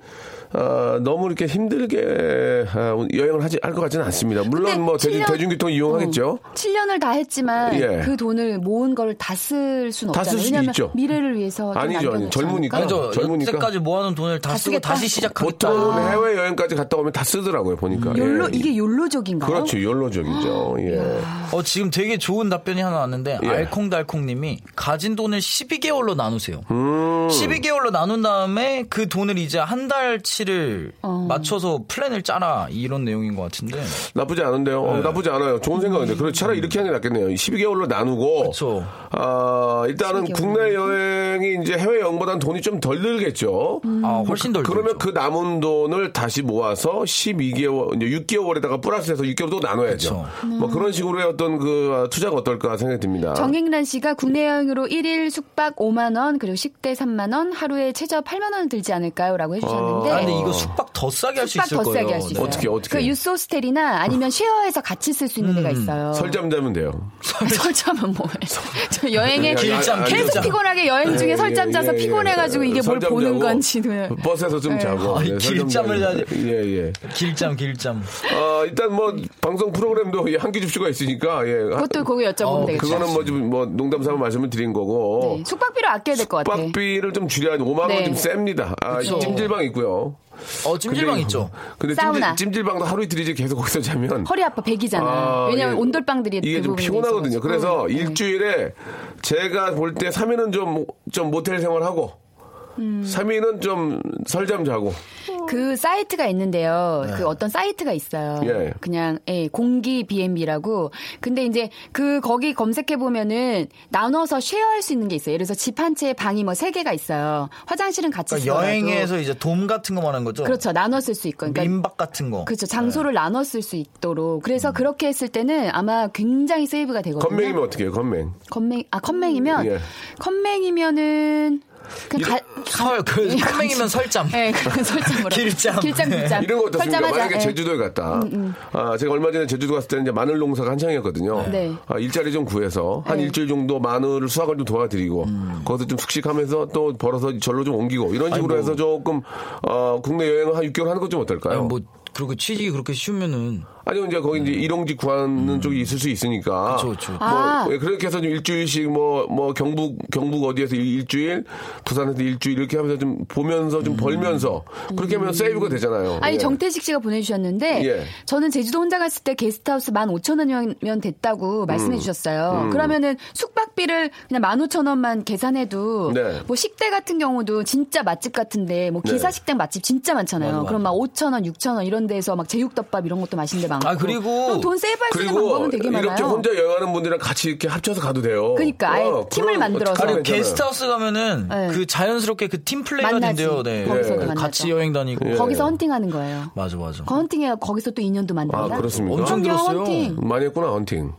아, 너무 이렇게 힘들게 아, 여행을 하지 할 것 같지는 않습니다. 물론
근데
뭐 대중,
칠 년-
대중교통 이용하겠죠.
7년을 어, 다 했지만
예.
그 돈을 모은 걸 다 쓸 수는
다쓸 수도
없잖아요. 왜냐면
있죠.
미래를 위해서 좀
아니죠, 아니죠.
남겨놓지
젊으니까.
않을까?
그죠?
어, 젊으니까.
여태까지 모아놓은 돈을 다,
다
쓰고
쓰겠다.
다시 시작하겠다.
보통은 해외 여행까지 갔다 오면 다 쓰더라고요 보니까. 예.
그러니까 욜로 음, 이게 욜로적인가요?
그렇죠, 연로적이죠. 예.
어, 지금 되게 좋은 답변이 하나 왔는데, 알콩달콩님이 가진 돈을 12개월로 나누세요.
음.
12개월로 나눈 다음에 그 돈을 이제 한 달치를
어.
맞춰서 플랜을 짜라. 이런 내용인 것 같은데.
나쁘지 않은데요.
네.
어, 나쁘지 않아요. 좋은 생각인데. 그래 차라리
음.
이렇게 하는 게 낫겠네요. 12개월로 나누고.
그쵸.
아, 일단은
12개월.
국내 여행이 이제 해외 여행보다는 돈이 좀 덜 들겠죠.
음.
아, 훨씬 덜.
그러면
들죠.
그 남은 돈을 다시 모아서 12개월, 이제 6개월에다가 플러스해서 6개월 또 나눠야죠. 뭐 그런 식으로의 어떤 그 아, 투자가 어떨까 생각이 듭니다.
네. 정행란 씨가 국내 여행으로 1일 숙박 5만 원 그리고 식대 3만 원 하루에 최저 8만 원 들지 않을까요라고 해주셨는데
어.
아, 근데 이거 숙박 더 싸게 할 수
숙박
있을
더
거예요.
싸게 할 수 있어요.
어떻게, 어떻게? 음.
그 유소스텔이나 아니면 쉐어해서 같이 쓸 수 있는 데가 있어요.
설잠 자면 돼요.
아, 설자면 뭐예요? 저
아니,
여행에
아니,
길잠,
아니,
계속
아니,
피곤하게 여행 그 중에
예,
설잠
예,
자서
예, 예.
피곤해가지고 이게 뭘
설잠
보는
자고 뭐,
건지 네. 도대체.
버스에서 좀 자고
아,
예, 설잠
길잠을
자고.
자지.
예 예.
길잠, 길잠.
아, 일단 뭐 방송 프로그램도 예, 한끼 줍쇼가 있으니까 예.
그것도 거기
어,
여쭤보면 되겠죠.
그거는 뭐, 좀, 뭐 농담 삼아 말씀을 드린 거고.
네, 숙박비를 아껴야 될 것 같아.
숙박비를 좀 줄여야 돼. 5만
네.
원 좀 셉니다. 아,
그쵸.
찜질방 있고요.
어, 찜질방 있죠?
근데
사우나.
찜질, 방도 하루 이틀이지 계속 거기서 자면
허리 아파 백이잖아.
아,
왜냐면
예.
온돌방들이 그
이게 좀
대부분
피곤하거든요.
있어가지고.
그래서
네.
일주일에 제가 볼 때 3일은 좀, 좀 모텔 생활하고
음.
3일은 좀 설잠 자고
그 사이트가 있는데요. 그 어떤 사이트가 있어요.
네. 예.
그냥 예, 공기 B&B라고. 근데 이제 그 거기 검색해 보면은 나눠서 쉐어할 수 있는 게 있어요. 예를 들어서 집 한 채에 방이 뭐 세 개가 있어요. 화장실은 같이
그러니까
쓰더라도.
여행에서 이제 돔 같은 거 말하는 거죠?
그렇죠. 나눠 쓸 수 있고. 그러니까
민박 네. 음. 같은 거.
그렇죠. 장소를 나눠 쓸 수 있도록. 그래서 그렇게 했을 때는 아마 굉장히 세이브가 되거든요.
건맹이면 어떻게 해요? 건맹.
건맹 아 건맹이면
예.
건맹이면은 그냥 가,
설, 그, 컴맹이면 설잠.
예, 그 설정으로.
길잠.
길잠, 길잠.
이런 거 어떻습니까?
아, 설정하자.
만약에
예.
제주도에 갔다.
음.
아, 제가 얼마 전에 제주도 갔을 때는 이제 마늘 농사가 한창이었거든요.
네.
아, 일자리 좀 구해서 한
네. 음.
일주일 정도 마늘을 수확을 좀 도와드리고 거기서 좀 숙식하면서 또 벌어서 절로 좀 옮기고 이런 식으로 해서 조금 어, 국내 여행을 한 6개월 하는 것 좀 어떨까요?
아니, 뭐, 그렇게 취직이 그렇게 쉬우면은.
아니면 이제 거기 이제 일용직 구하는 쪽이 있을 수 있으니까.
음. 그쵸, 그쵸.
뭐,
아.
예, 그렇게 해서 좀 일주일씩 뭐, 뭐, 경북, 경북 어디에서 일- 일주일, 부산에서 일주일 이렇게 하면서 좀 보면서
음.
좀 벌면서 그렇게 하면 세이브가 되잖아요.
아니
예.
정태식 씨가 보내주셨는데
예.
저는 제주도 혼자 갔을 때 게스트하우스 15,000원이면 됐다고
음.
말씀해주셨어요. 그러면은 숙박비를 그냥 15,000원만 계산해도
네.
뭐 식대 같은 경우도 진짜 맛집 같은데 뭐 기사
네.
식당 맛집 진짜 많잖아요. 그럼 막 5,000원, 6,000원 이런 데서 막 제육덮밥 이런 것도 맛있는 데 많고.
아, 그리고-
그럼 돈 세이브할 수 있는
그리고
방법은 되게 많아요.
이렇게 혼자 여행하는 분들이랑 같이 이렇게 합쳐서 가도 돼요. 어,
그러니까 아예 팀을
그런-
만들어서.
그런
아니,
그리고
괜찮아요.
게스트하우스 가면은
네.
그 자연스럽게 그 팀플레이가
만나지.
된대요. 네.
거기서도
네.
만나죠.
같이 여행 다니고.
예.
거기서 헌팅하는 거예요.
맞아, 맞아.
거 헌팅해요. 거기서 또 인연도 만난다.
아, 그렇습니까?
엄청
그럼요,
들었어요.
헌팅.
많이 했구나, 헌팅.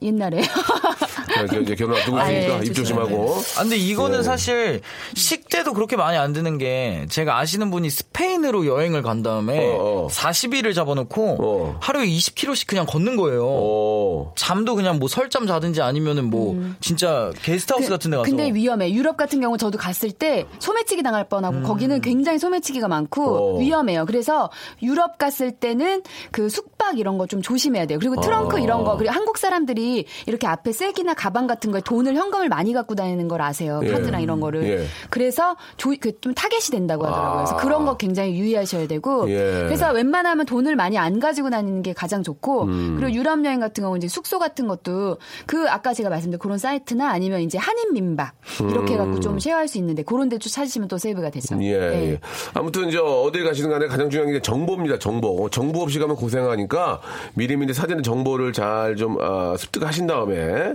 옛날에.
자, 이제, 이제 결혼 앞두고
아, 예,
있으니까 입
죄송합니다. 네.
조심하고.
아, 근데 이거는 사실 식대도 그렇게 많이 안 드는 게 제가 아시는 분이 스페인으로 여행을 간 다음에
어, 어.
40일을 잡아놓고
어.
하루에 20km씩 그냥 걷는 거예요.
어.
잠도 그냥 뭐 설잠 자든지 아니면은 뭐 진짜 게스트하우스 같은 데 가서
음. 그, 근데 위험해. 유럽 같은 경우 저도 갔을 때 소매치기 당할 뻔하고
음.
거기는 굉장히 소매치기가 많고
어.
위험해요. 그래서 유럽 갔을 때는 그 숙박 이런 거 좀 조심해야 돼요. 그리고
어.
트렁크 이런 거 그리고 한국 사람들이 이렇게 앞에 쐐기나 가방 같은 거에 돈을 현금을 많이 갖고 다니는 걸 아세요.
예.
카드랑 이런 거를.
예.
그래서 조, 그 좀 타겟이 된다고 하더라고요. 그래서
아.
그런 거 굉장히 유의하셔야 되고.
예.
그래서 웬만하면 돈을 많이 안 가지고 다니는 게 가장 좋고
음.
그리고 유럽 여행 같은 경우 이제 숙소 같은 것도 그 아까 제가 말씀드린 그런 사이트나 아니면 이제 한인 민박 이렇게 해 갖고 좀 쉐어할 수 있는데 그런 데도 찾으시면 또 세이브가 되죠.
음. 예,
네.
예. 아무튼 이제 어딜 가시든 간에 가장 중요한 게 이제 정보입니다. 정보. 정보 없이 가면 고생하니까 미리미리 사전에 정보를 잘 좀 아, 습득하신 다음에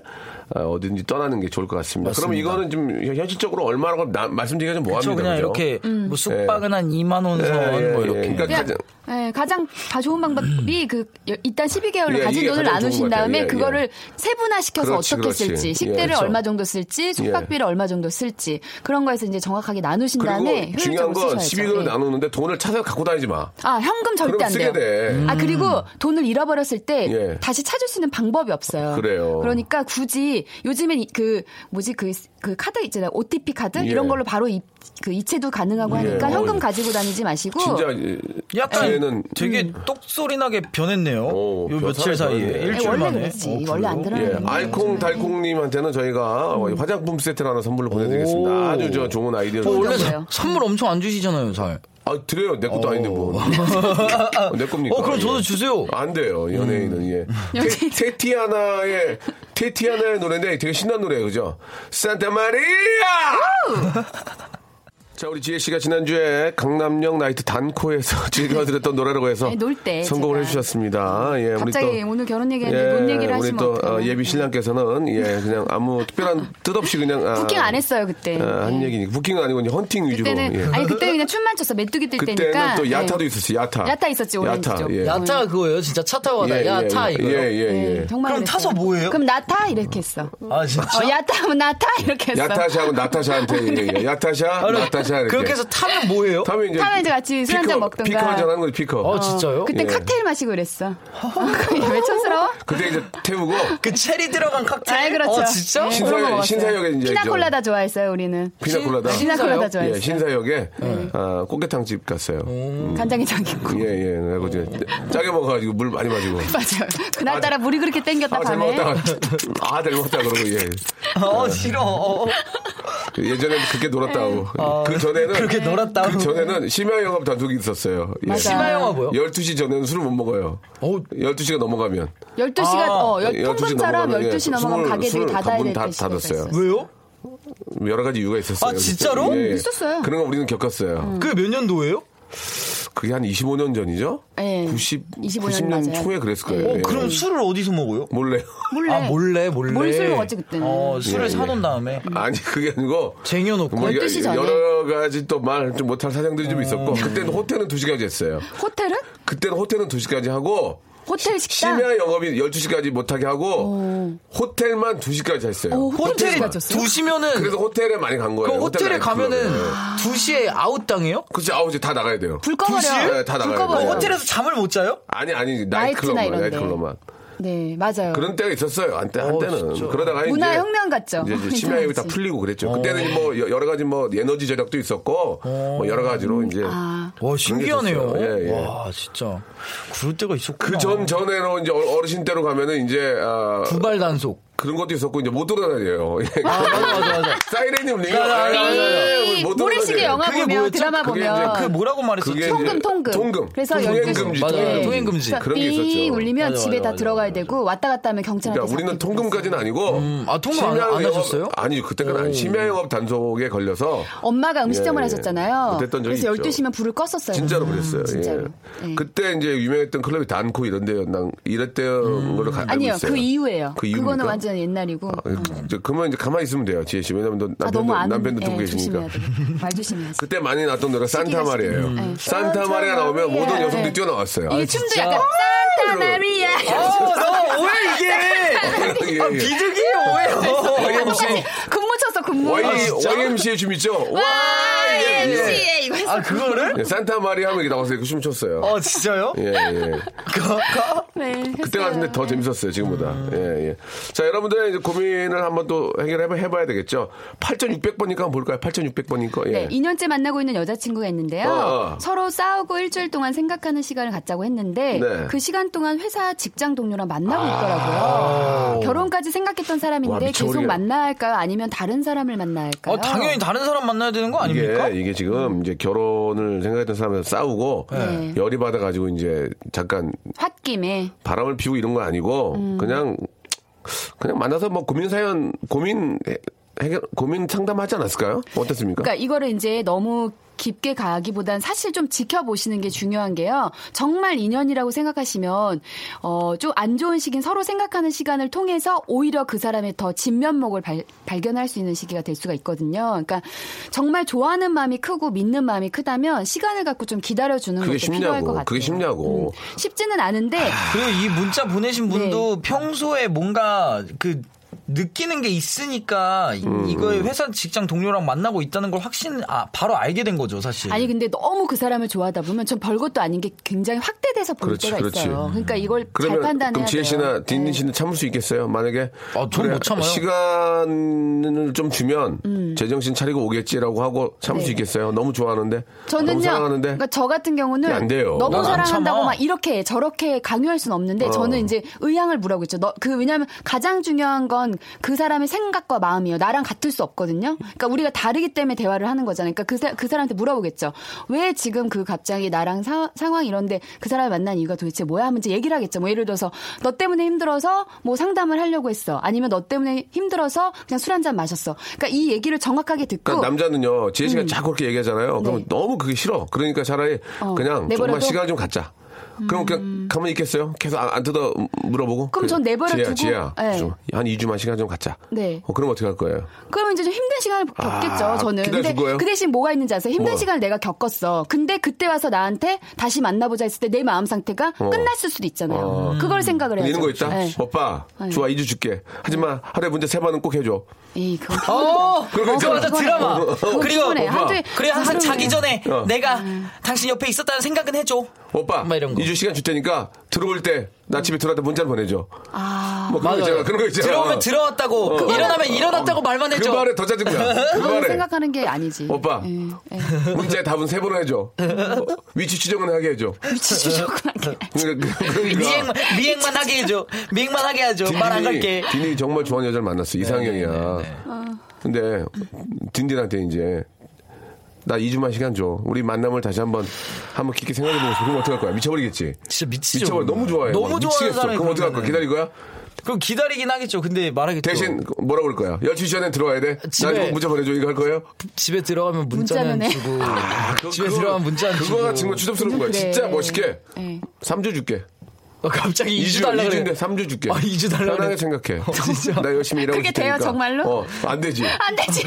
아, 어딘지 떠나는 게 좋을 것 같습니다. 그러면 이거는 좀 현실적으로 얼마라고 나- 말씀드리기가 좀
저
뭐합니다.
그냥
그죠?
음.
이렇게 뭐 숙박은 한 2만 원 선
예, 예, 네.
뭐
예.
이렇게
그러니까
그냥
가장-
네, 가장 다 좋은 방법이 그 여- 일단 12개월로
예,
가진
이게 가장 좋은
돈을 나누신
것 같아요.
다음에
예, 예.
그거를 세분화 시켜서
그렇지,
어떻게
그렇지. 예,
쓸지 식대를
그렇죠. 예.
얼마 정도 쓸지 숙박비를 얼마 정도 쓸지 그런 거에서 이제 정확하게 나누신 다음에
그리고 중요한
효율적으로
건
쓰셔야죠.
12개월
예.
나누는데 돈을 찾아서 갖고 다니지 마.
아 현금 절대
그럼
안
쓰게
돼요.
돼.
아
음.
그리고 돈을 잃어버렸을 때
예.
다시 찾을 수 있는 방법이 없어요.
그래요.
그러니까 굳이 요즘엔 이- 그 뭐지 그, 그 카드 있잖아요. OTP 카드
예.
이런 걸로 바로 이, 그 이체도 가능하고
예.
하니까 현금
어이.
가지고 다니지 마시고
진짜
약간 음.
지혜는
되게 똑소리나게 변했네요.
오,
요
변-
며칠 사이에
변했네.
음. 아니,
일주일
원래
만에.
그랬지
어,
원래 안
그래요?
들어요.
예, 알콩 달콩님한테는 저희가 어, 화장품 세트를 하나 선물로 보내드리겠습니다.
오.
아주 저 좋은 아이디어.
저 원래
거예요?
사- 선물 엄청 안 주시잖아요, 잘.
아 드려요 내 것도 아닌데 뭐. 내 겁니까?
어, 그럼 저도 음.
예.
주세요.
안 돼요 연예인은 예. 테,
연예인.
테티아나의 테티아나의 노래인데 되게 신난 노래예요 그죠? 산타 마리아. 자 우리 지혜 씨가 지난주에 강남역 나이트 단코에서 즐겨드렸던 노래라고 해서
네, 놀때
성공을
제가.
해주셨습니다. 예, 우리
갑자기
또- 예,
오늘 결혼 얘기했는데 뭔 얘기를
우리
하시면
또
어떡해요.
어, 예비 신랑께서는 예 그냥 아무 특별한 뜻 없이 그냥 아,
부킹 안 했어요 그때.
아, 한
예.
얘기니 부킹은 아니고 그냥 헌팅 위주로.
그때는
예.
아니 그때 그냥 춤만 췄어 메뚜기 뜰
그때는
때니까.
또 야타도
예.
있었지 야타.
야타 있었지, 오렌지
야타.
쪽.
예.
야타 그거예요. 진짜 차 타고 가다 야타 이거.
예예 예.
예,
예.
정말
그럼
그랬어요.
타서 뭐예요?
그럼 나타 이렇게 했어.
아 진짜.
어, 야타 하면 나타 이렇게 했어.
야타샤하고 나타샤한테 예, 예. 야타샤
아,
나타샤 이렇게.
그렇게 해서 타면 뭐예요?
다음에 이제
타면 이제 같이 술
피커,
한잔 먹던가.
피커 한잔 하는 거지 피커.
어 진짜요?
그때
예.
칵테일 마시고 그랬어. 왜 촌스러워?
그때 이제 태우고
그 체리 들어간 칵테일.
아, 그렇죠.
어 진짜?
예,
신사역-
그런 거 먹었어요.
신사역에 이제
피나콜라다 좋아했어요, 우리는.
피나콜라다
신-
피나콜라다
신사역?
좋아했어요.
예, 신사역에
네.
아, 꽃게탕 집 갔어요.
음.
간장게장 있고.
예예. 그리고 이제 짜게 먹어가지고 물 많이 마시고.
맞아요. 그날따라 물이 그렇게 땡겼다,
아잘
밤에.
먹었다. 아잘 먹었다 그러고 예.
어 싫어. 어, 어.
예전에 그렇게
네.
놀았다고.
아,
그 전에는
아. 그렇게 놀았다고.
그 전에는 심야 영업 단속이 있었어요. 예.
맞아.
심야 영화 뭐요?
12시 전에는 술을 못 먹어요.
어
12시가 넘어가면.
12시가,
아,
어,
예, 12시
12시처럼
넘어가면
12시 넘어가면
스물-
가게들이
스물
닫아야
가문
될
다
때. 시도가
닫았어요.
있었어요.
왜요?
여러 가지 이유가 있었어요. 예,
아, 진짜로?
있었어요. 음.
그런 거 우리는 겪었어요.
그게 몇 년도예요?
그게 한 25년 전이죠?
예.
90,
25
90년
년 맞아요.
초에 그랬을 거예요.
어
예.
그럼 술을 어디서 먹어요?
몰래.
몰래.
아 몰래 몰래.
몰술 먹었지, 그때는.
어 술을
예, 예.
사놓은 다음에
아니, 그게 아니고.
쟁여놓고.
뭐 이게
12시 전에?
여러 가지 또 말 좀 못할 사장들이
음.
좀 있었고. 그때는 호텔은 2시까지 했어요.
호텔은?
그때는 호텔은 2시까지 하고.
호텔 식당?
심야 영업이 12시까지 못하게 하고. 호텔만 2시까지 했어요.
오,
호텔에
호텔
두시면은
그래서 호텔에 네. 많이 간 거예요.
그 호텔에
많이 간 거예요.
가면은 두 시에 아웃당해요?
그치, 아우, 이제 다 나가야 돼요.
불 꺼버려.
두시?
네, 다
불
나가요.
꺼버려.
네.
호텔에서 잠을 못 자요?
아니, 아니,
나이트나
나이트클럽만,
이런데.
나이트클럽만.
네, 맞아요.
그런 때가 있었어요. 한때, 한때는. 그러다가
문화
이제.
혁명 같죠?
이제, 이제 심야 입이 다 풀리고 그랬죠. 그때는 뭐 여- 여러 가지 뭐 에너지 절약도 있었고 뭐 여러 가지로 이제
아.
와 신기하네요.
있었어요. 예, 예.
와 진짜 그럴 때가 있었구나.
그 전 전에로 이제 어- 어르신 때로 가면은 이제 아,
두발 단속.
그런 것도 있었고 이제 못 돌아다녀요. 예.
아 맞아 맞아 맞아.
사이렌님 링.
맞아, 맞아,
이 모래시계 영화
그게
보면
뭐였죠?
드라마
그게 이제
보면
그 뭐라고 말했었지?
그게
통금 통금.
통금.
그래서
통금.
12시.
통행금지.
맞아요.
통행금지.
통행금지.
네. 그래서
그런 게
삥
있었죠.
울리면
맞아,
집에
맞아,
다
맞아,
들어가야
맞아.
되고 왔다 갔다 하면 경찰한테
그러니까 우리는
잡히고
통금까지는 아니고
아, 통금 안-
심야
안
영업-
하셨어요?
아니죠. 그때는 아니 심야 영업 단속에 걸려서
엄마가 음식점을
예, 예.
하셨잖아요.
그랬던 적이
그래서
있죠.
12시면 불을 껐었어요.
진짜로 그랬어요.
음, 진짜로.
예.
예.
그때 이제 유명했던 클럽이 단코 이런 데였나 이랬던 음. 걸로 가- 알고
아니요.
있어요.
그 이후예요.
그
그
이후입니까?
거는 완전 옛날이고.
아, 저, 그러면 이제 가만히 있으면 돼요, 지혜 씨. 왜냐면 너
아,
남편도,
너무 안
남편도 두고
예,
계시니까.
조심해야 돼. 말 조심해야지.
그때 많이 나왔던 노래가 산타
시기가
마리아예요.
시기가. 음.
산타
산타
마리아 나오면
마리아.
모든 여성들이
예.
뛰어나왔어요.
이게
아,
춤도
진짜?
약간 산타 마리아.
어,
예,
어왜
예.
이게? 아 비둘기예요 아, 왜요?
YMCA,
근무 쳤어 근무. 네,
y m c 춤 있죠? YMCA.
YMCA 이거 했어.
아 그거를?
예, 산타 마리아 하면 이렇게 나와서 이렇게 춤 췄어요.
어 진짜요?
예, 예.
네, 했어요.
그때가 근데 더 재밌었어요, 지금보다.
음.
예, 예. 자, 여러분들의 이제 고민을 한번 또 해결해봐야 되겠죠. 8600번이니까 한번 볼까요? 8600번이니까. 예.
네, 2년째 만나고 있는 여자친구가 있는데요.
어.
서로 싸우고 일주일 동안 생각하는 시간을 갖자고 했는데
네. 아.
그 시간 동안 회사 직장 동료랑 만나고 있더라고요. 결혼까지 생각했던
와,
사람인데
미쳐버리겠다.
계속 만나야 할까요? 아니면 다른 사람을 만나야 할까요?
어 당연히 다른 사람 만나야 되는 거 아닙니까?
이게, 이게 지금 이제 결혼을 생각했던 사람에서 싸우고
네.
열이 받아가지고 이제 잠깐
홧김에
바람을
음.
피우고 이런 건 아니고 그냥 그냥 만나서 뭐 고민 사연 고민 해결 고민 상담하지 않았을까요? 어땠습니까?
그러니까 이거를 이제 너무 깊게 가기보단 사실 좀 지켜보시는 게 중요한 게요. 정말 인연이라고 생각하시면 어 좀 안 좋은 시기인 서로 생각하는 시간을 통해서 오히려 그 사람의 더 진면목을 발, 발견할 수 있는 시기가 될 수가 있거든요. 그러니까 정말 좋아하는 마음이 크고 믿는 마음이 크다면 시간을 갖고 좀 기다려 주는 것도
그게
필요할 것
쉽냐고. 아.
같아요.
그게 쉽냐고.
음, 쉽지는 않은데
그리고 이 문자 보내신 분도 평소에 뭔가 그 느끼는 게 있으니까 이- 이거에 회사 직장 동료랑 만나고 있다는 걸 확신 아 바로 알게 된 거죠 사실.
아니 근데 너무 그 사람을 좋아하다 보면 전 별것도 아닌 게 굉장히 확대돼서 보일
그렇지,
때가
그렇지.
있어요. 그러니까 이걸 잘
그러면
판단해야
그럼 지혜 씨나
돼요.
딘딘
네.
씨는 참을 수 있겠어요? 만약에
아, 저는 못 참아요.
시간을 좀 주면 제정신 차리고 오겠지라고 하고 참을
음. 네.
수 있겠어요? 너무 좋아하는데 너무
저는요.
사랑하는데 예,
그러니까 저 같은 경우는
안 돼요.
너무
난안 참아.
사랑한다고 막 이렇게 저렇게 강요할 수는 없는데
어.
저는 이제 의향을 물하고 있죠. 너, 그 왜냐하면 가장 중요한 건 그 사람의 생각과 마음이에요. 나랑 같을 수 없거든요. 그러니까 우리가 다르기 때문에 대화를 하는 거잖아요. 그러니까 그, 사, 그 사람한테 물어보겠죠. 왜 지금 그 갑자기 나랑 사- 상황이 이런데 그 사람을 만난 이유가 도대체 뭐야 하면 이제 얘기를 하겠죠. 뭐 예를 들어서 너 때문에 힘들어서 뭐 상담을 하려고 했어. 아니면 너 때문에 힘들어서 그냥 술 한 잔 마셨어. 그러니까 이 얘기를 정확하게 듣고
그러니까 남자는요, 지혜 씨가 자꾸 그렇게 얘기하잖아요. 그럼
음. 네.
너무 그게 싫어. 그러니까 차라리
어,
그냥 조금만
내버려둬? 음.
시간 좀 갖자. 그럼 그냥 가만히 있겠어요? 계속 아, 안, 안 뜯어 물어보고?
그럼 전 내버려
지혜야,
두고-
지혜야.
네.
좀한 2주만 시간 좀 갖자.
네.
어, 그럼 어떻게 할 거예요?
그러면 이제 좀 힘든 시간을 겪겠죠,
아,
저는.
기다려
근데
줄 거예요?
그 대신 뭐가 있는지 아세요? 힘든
뭐가?
시간을 내가 겪었어. 근데 그때 와서 나한테 다시 만나보자 했을 때 내 마음 상태가
어.
끝났을 수도 있잖아요. 음.
어.
그걸 생각을 해야죠.
이런 거 있다? 어.
네.
오빠,
네.
좋아, 2주 줄게. 하지만 하루에 문제 세번은꼭 해줘.
에이, 그건
어,
그러니까
그거 맞아
피곤해.
드라마.
그건
그리고
피곤해.
오빠.
하루에
그래 항상
하루에
자기 전에
어.
내가 당신 옆에 있었다는 생각은 해줘.
오빠,
막뭐 이런 거.
2주 시간 줄 테니까 들어올 때, 나 집에 들어갈 때 문자를 보내줘.
아,
뭐 그런 거 있잖아. 그런 거 있잖아.
들어오면 들어왔다고
그거-
일어나면 일어났다고 말만
그
해줘.
말에 더 짜증나. 그
그걸
말에.
생각하는 게 아니지.
오빠.
예, 예.
문제 답은 세 번 해줘. 어, 위치 추정은 하게 해줘.
미치 주셨구나.
그러니까,
미행만 미행만 하게 해줘. 미행만 하게 해줘. 말 안 갈게. 네,
딘이 정말 좋아하는 여자를 만났어. 이상형이야.
아.
근데 딘딘한테 이제 나 2주만 시간 줘. 우리 만남을 다시 한번 한번 깊게 생각해 보고 싶으면 어떡할 거야? 미쳐버리겠지.
진짜 미치죠.
미쳐버려. 너무 좋아해.
너무
막
좋아하는
미치겠어.
사람이
그럼 어떡할 거야?
그러면은.
기다릴 거야?
그럼 기다리긴 하겠죠. 근데 말하겠죠.
대신 뭐라 그럴 거야? 12시 전에 들어와야 돼?
집에-
나 이거 문자 보내줘. 이거 할 거예요?
집에 들어가면 문자는
문자는 해.
주고 집에
아, 그거-
들어가면 문자는 주고
그거가 정말 추접스러운 거야.
그래.
진짜 멋있게.
예.
3주 줄게.
어, 갑자기 2주,
2주,
달라
2주인데
그래.
3주 줄게.
아, 2주 달라
편하게
그래. 어,
생각해.
진짜.
나 열심히 일하고
그게
있을 테니까.
돼요, 정말로?
어, 안 되지.
안 되지.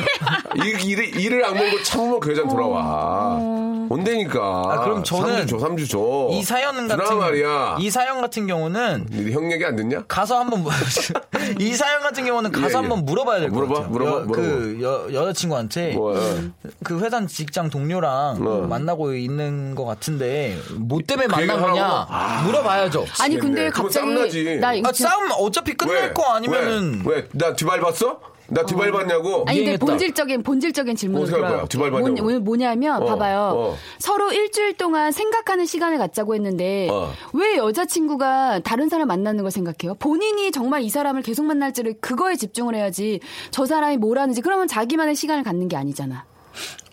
이, 일을, 일을 악물고 참으면 그 여자는 돌아와.
음.
온다니까.
아, 그럼 저는
3주 줘, 3주 줘.
이 사연
드라마
같은
말이야.
이 사연 같은 경우는
네, 형 얘기 안 듣냐?
가서 한번 물- 이 사연 같은 경우는 가서
예, 예.
한번 물어봐야 될 것
물어봐,
같아요.
물어봐,
여,
물어봐.
그 여, 여자친구한테
뭐, 어.
그 회사 직장 동료랑
어.
만나고 있는 것 같은데 뭐 때문에
그 얘기를
만난 거냐
하라고?
물어봐야죠.
아니 근데
그거
갑자기
쌈나지.
나 이거
아, 싸움 어차피 끝날
왜?
거 아니면은
왜? 왜? 나 뒷밟았어? 나 뒷밟았냐고?
아니 근데
이해했다.
본질적인 본질적인 질문을
어떻게 할 거야?
들어요.
두발반영.
뭐냐- 오늘 뭐냐면
어,
봐봐요.
어.
서로 일주일 동안 생각하는 시간을 갖자고 했는데
어.
왜 여자친구가 다른 사람 만나는 걸 생각해요? 본인이 정말 이 사람을 계속 만날지를 그거에 집중을 해야지 저 사람이 뭘 하는지 그러면 자기만의 시간을 갖는 게 아니잖아.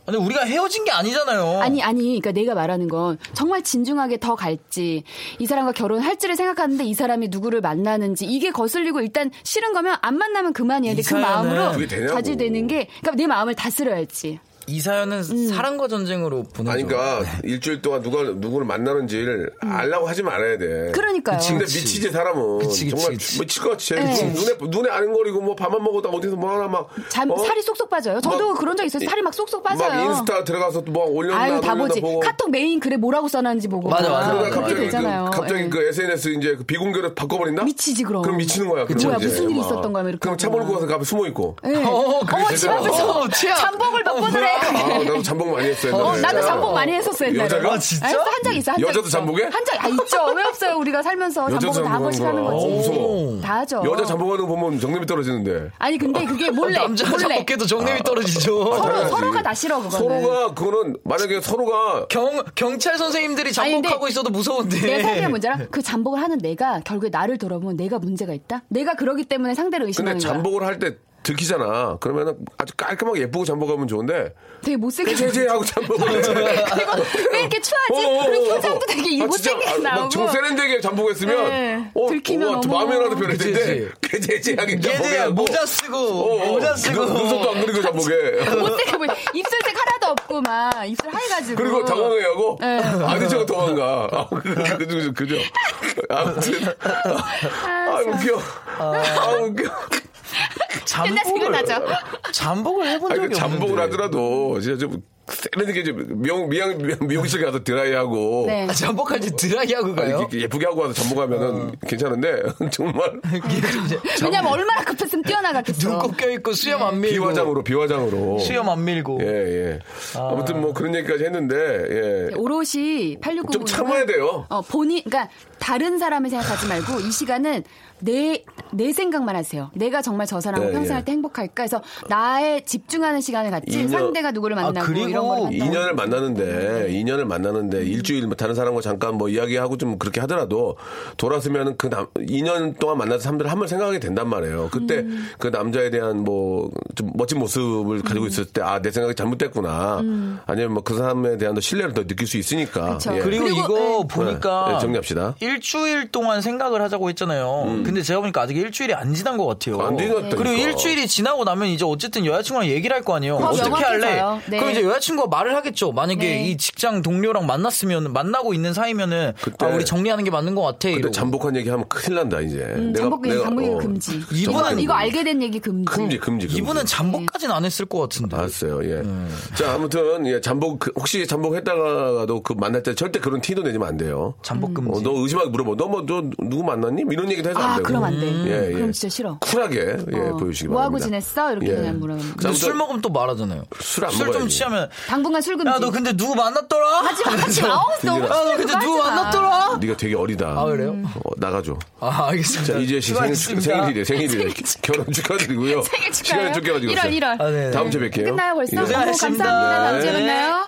근데 우리가 헤어진 게 아니잖아요.
아니 아니 그러니까 내가 말하는 건 정말 진중하게 더 갈지 이 사람과 결혼할지를 생각하는데 이 사람이 누구를 만나는지 이게 거슬리고 일단 싫은 거면 안 만나면 그만이야. 근데 그
이사연은
그게
마음으로
되냐고.
자제되는 게 그러니까 내 마음을 다스려야지.
이 사연은
음.
사랑과 전쟁으로 네. 보내죠.
아니, 그러니까 일주일 동안 누가 누구를 만나는지를 알라고 하지 말아야 돼.
음. 그러니까요.
근데
그치.
미치지 사람은
그치, 그치,
정말
그치.
미칠 것 같아.
네.
눈에 눈에 아른거리고 뭐 밥만 먹어도 어디서 뭐 하나 막
잠,
어?
살이 쏙쏙 빠져요. 저도
막-
그런 적 있어요. 살이 막 쏙쏙 빠져요.
막 인스타 들어가서 또뭐 올렸나
아유, 다
안 올렸나
보지.
보고.
카톡 메인 글에 뭐라고 써놨는지 보고.
맞아, 맞아.
그러다
아,
그게
갑자기
되잖아요.
그, 갑자기
예.
그 SNS 이제 그 비공개로 바꿔버린다?
미치지, 그럼.
그럼 미치는 거야. 그럼
뭐야,
이제
무슨 일이
막.
있었던 거야, 이렇게
그럼 차
하잖아.
몰고 가서 가면 숨어 있고.
예.
어, 그게
어머, 집
제대로.
앞에서
어, 최악.
잠복을 바꿔드래.
아, 나도 잠복 많이 했어요.
어, 나도 잠복 많이 했었어, 옛날에.
여자가?
아, 진짜?
한적 있어, 한적
여자도 잠복해?
한적, 아, 있죠. 왜 없어요? 우리가 살면서
여자도
잠복을 다 한 번씩
잠복하는
하는
거야.
거지.
어, 무서워.
다 하죠.
여자 잠복하는 거 보면 정념이 떨어지는데.
아니, 근데 그게 몰래.
남자
몰래.
잡복해도 정념이 떨어지죠.
아,
서로,
당연하지.
서로가 다 싫어, 그거는.
서로가 그거는 만약에 서로가
경 경찰 선생님들이
아니, 근데
잠복하고 있어도 무서운데.
내 상대의 문제라 그 잠복을 하는 내가 결국에 나를 돌아보면 내가 문제가 있다. 내가 그러기 때문에 상대를
근데
의심하는 거야.
잠복을 할 때 들키잖아. 그러면은 아주 깔끔하게 예쁘고 잠복하면 좋은데
되게 못생긴
제제 하고 잠복을 어.
왜 이렇게 추하지? 그리고 표정도
아,
되게 이 못생기게 나오고.
정 세련되게 잠복 했으면
네.
어,
들키면
어,
어머.
마음이라도 변할
그치,
텐데 개제제하게 잠복해
얘들
하고 어,
모자 쓰고 모자 쓰고
눈썹도 안 그리고 잠복해
못생겨 보이. 입술색 하나도 없고 막 입술 하얘가지고.
어.
그리고 당황해 하고
네.
아니 저거 도망가 아, 그- 그- 그- 그죠 아무튼 아 웃겨 아 웃겨
옛날 생각나죠?
어,
잠복을 해본
아니,
적이
그 잠복을
없는데.
하더라도 진짜 좀 세련되게 좀 미용 미용 미용실 가서 드라이하고
네.
아, 잠복까지 드라이하고
아니,
가요? 아.
이렇게 예쁘게 하고 와서 잠복하면은 괜찮은데 정말
이제
왜냐면 얼마나 급했으면 뛰어나갔겠어.
뭐 눈 꺾여 있고 수염 안 밀고
비화장으로 비화장으로
수염 예, 뭐 안 밀고
예, 예. 아. 무튼뭐 그런 얘기까지 했는데, 예.
네, 오롯이 869.
좀 참아야 돼요.
어, 본인, 그러니까 다른 사람을 생각하지 말고 이 시간은 내, 내 생각만 하세요. 내가 정말 저 사람과
네,
평생
예.
할때 행복할까 해서 나의 집중하는 시간을 갖지
인연- 아,
상대가 누구를 만나고
그리고
이런 걸 갖다.
인연을 만나는데,
네.
인연을 만나는데, 일주일 뭐 다른 사람과 잠깐 뭐 이야기하고 좀 그렇게 하더라도, 돌아서면은 그 남, 2년 동안 만나서 사람들 한 번 생각하게 된단 말이에요. 그때
음.
그 남자에 대한 뭐, 좀 멋진 모습을 가지고 있었을 때, 아, 내 생각이 잘못됐구나. 아니면 뭐 그 사람에 대한 더 신뢰를 더 느낄 수 있으니까.
음. 그쵸.
예.
그리고,
그리고,
이거
네.
보니까
네, 정리합시다.
일주일 동안 생각을 하자고 했잖아요. 근데 제가 보니까 아직 일주일이 안 지난 것 같아요.
음. 안 지났다니까.
그리고 일주일이 지나고 나면 이제 어쨌든 여자친구랑 얘기를 할 거 아니에요.
그럼
어떻게 할래?
명확해져요. 네.
그럼 이제 여자친구가 말을 하겠죠. 만약에
네.
이 직장 동료랑 만났으면 만나고 있는 사이면은
그때-
아 우리 정리하는 게 맞는 것 같아.
근데
이러고.
잠복한 얘기 하면 큰일 난다, 이제.
음,
어.
잠복 얘기, 잠복 얘기 금지. 이거,
이분은-
이거 알게 된 얘기 금지.
금지, 금지, 금지.
이분은 네. 잠복까지는 안 했을 것 같은데.
알았어요. 예. 자, 아무튼 예, 잠복 그- 혹시 잠복했다가도 그 만날 때 절대 그런 티도 내지면 안 돼요.
잠복 금지.
어, 너 의심하게 물어봐. 너 뭐 너 누구 만났니? 이런 얘기도 해서 안
아,
되고.
그럼 안 돼.
예, 예.
그럼 진짜 싫어.
쿨하게 예,
어,
보여주시기 바랍니다.
뭐하고 지냈어? 이렇게 그냥 물어보면.
그
근데
다음부터
술 먹으면 또 말하잖아요.
술안
좀
먹어야지.
취하면
당분간 술 금지.
야 너 근데 누구 만났더라?
하지 마, 하지 마. 어,
야,
너무
아, 너
야너
싫어.
근데
그거
누구
하지 마.
만났더라?
네가 되게 어리다.
아, 그래요?
어, 나가줘.
아 알겠습니다.
자, 이재 씨 생일, 축-
출발했습니다.
생일이래, 생일이래. 결혼 축하드리고요.
생일
시간이
축하해요.
쫓겨가지고.
1월, 1월.
아, 네.
다음 주에 뵐게요.
끝나요 벌써?
예.
어머,
고생하셨습니다.
감사합니다. 다음 주에
네.
만나요.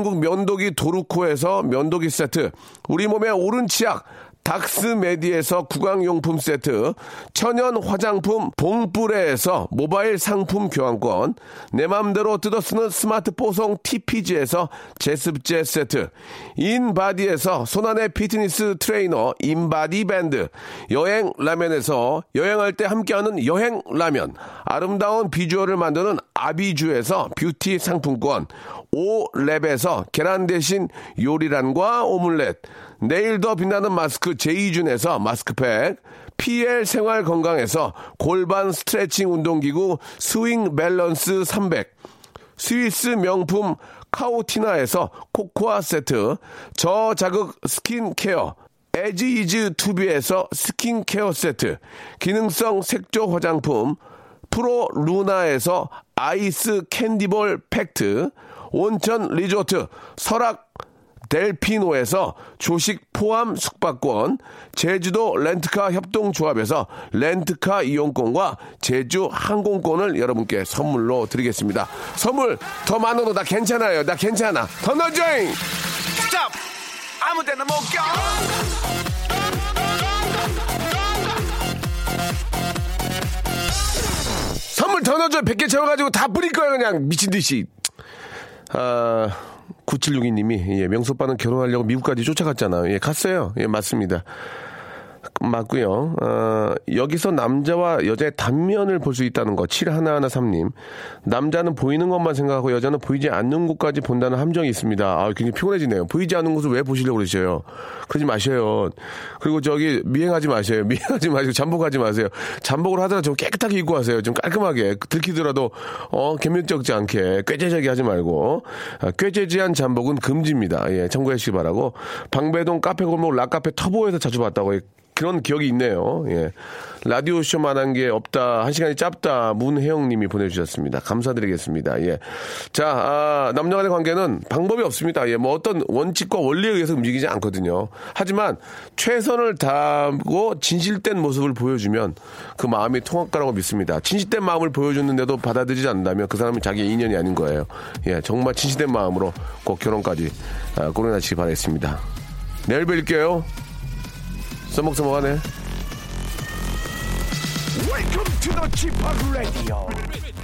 면도기 도루코에서 면도기 세트, 우리 몸의 오른 치약 닥스메디에서 구강용품 세트, 천연 화장품 봉뿌레에서 모바일 상품 교환권, 내 맘대로 뜯어 쓰는 스마트 뽀송 TPG에서 제습제 세트, 인바디에서 손안의 피트니스 트레이너 인바디 밴드, 여행 라면에서 여행할 때 함께하는 여행 라면, 아름다운 비주얼을 만드는 아비주에서 뷰티 상품권, 오랩에서 계란 대신 요리란과 오믈렛, 내일 더 빛나는 마스크 제이준에서 마스크팩, PL 생활 건강에서 골반 스트레칭 운동기구 스윙 밸런스 300, 스위스 명품 카오티나에서 코코아 세트, 저자극 스킨케어, 에지이즈 투비에서 스킨케어 세트, 기능성 색조 화장품, 프로 루나에서 아이스 캔디볼 팩트, 온천 리조트, 설악 델피노에서 조식 포함 숙박권, 제주도 렌트카 협동조합에서 렌트카 이용권과 제주 항공권을 여러분께 선물로 드리겠습니다. 선물 더 많아도 나 괜찮아요. 나 괜찮아. 더 넣어줘잉!
스탑! 아무 데나 못 가!
선물 더 넣어줘. 100개 채워가지고 다 뿌릴 거야, 그냥. 미친 듯이. 아, 9762님이, 예, 명소빠는 결혼하려고 미국까지 쫓아갔잖아요. 예, 갔어요. 예, 맞습니다. 맞고요. 어, 여기서 남자와 여자의 단면을 볼 수 있다는 거. 7113님. 남자는 보이는 것만 생각하고 여자는 보이지 않는 곳까지 본다는 함정이 있습니다. 아, 굉장히 피곤해지네요. 보이지 않는 곳을 왜 보시려고 그러세요? 그러지 마셔요. 그리고 저기 미행하지 마세요. 미행하지 마시고 잠복하지 마세요. 잠복을 하더라도 좀 깨끗하게 입고 하세요. 좀 깔끔하게. 들키더라도 어, 개면적지 않게 꾀죄죄하게 하지 말고 아, 꾀죄죄한 잠복은 금지입니다. 예, 참고해 주시기 바라고 방배동 카페 골목 라카페 터보에서 자주 봤다고 예, 그런 기억이 있네요. 예. 라디오 쇼만한 게 없다. 한 시간이 짧다. 문혜영님이 보내주셨습니다. 감사드리겠습니다. 예. 자, 아, 남녀간의 관계는 방법이 없습니다. 예, 뭐 어떤 원칙과 원리에 의해서 움직이지 않거든요. 하지만 최선을 다하고 진실된 모습을 보여주면 그 마음이 통할 거라고 믿습니다. 진실된 마음을 보여줬는데도 받아들이지 않는다면 그 사람은 자기 인연이 아닌 거예요. 예, 정말 진실된 마음으로 꼭 결혼까지 아, 꾸려나시기 바라겠습니다. 내일 뵐게요. 써먹써먹하네.
Welcome to the G-POP Radio.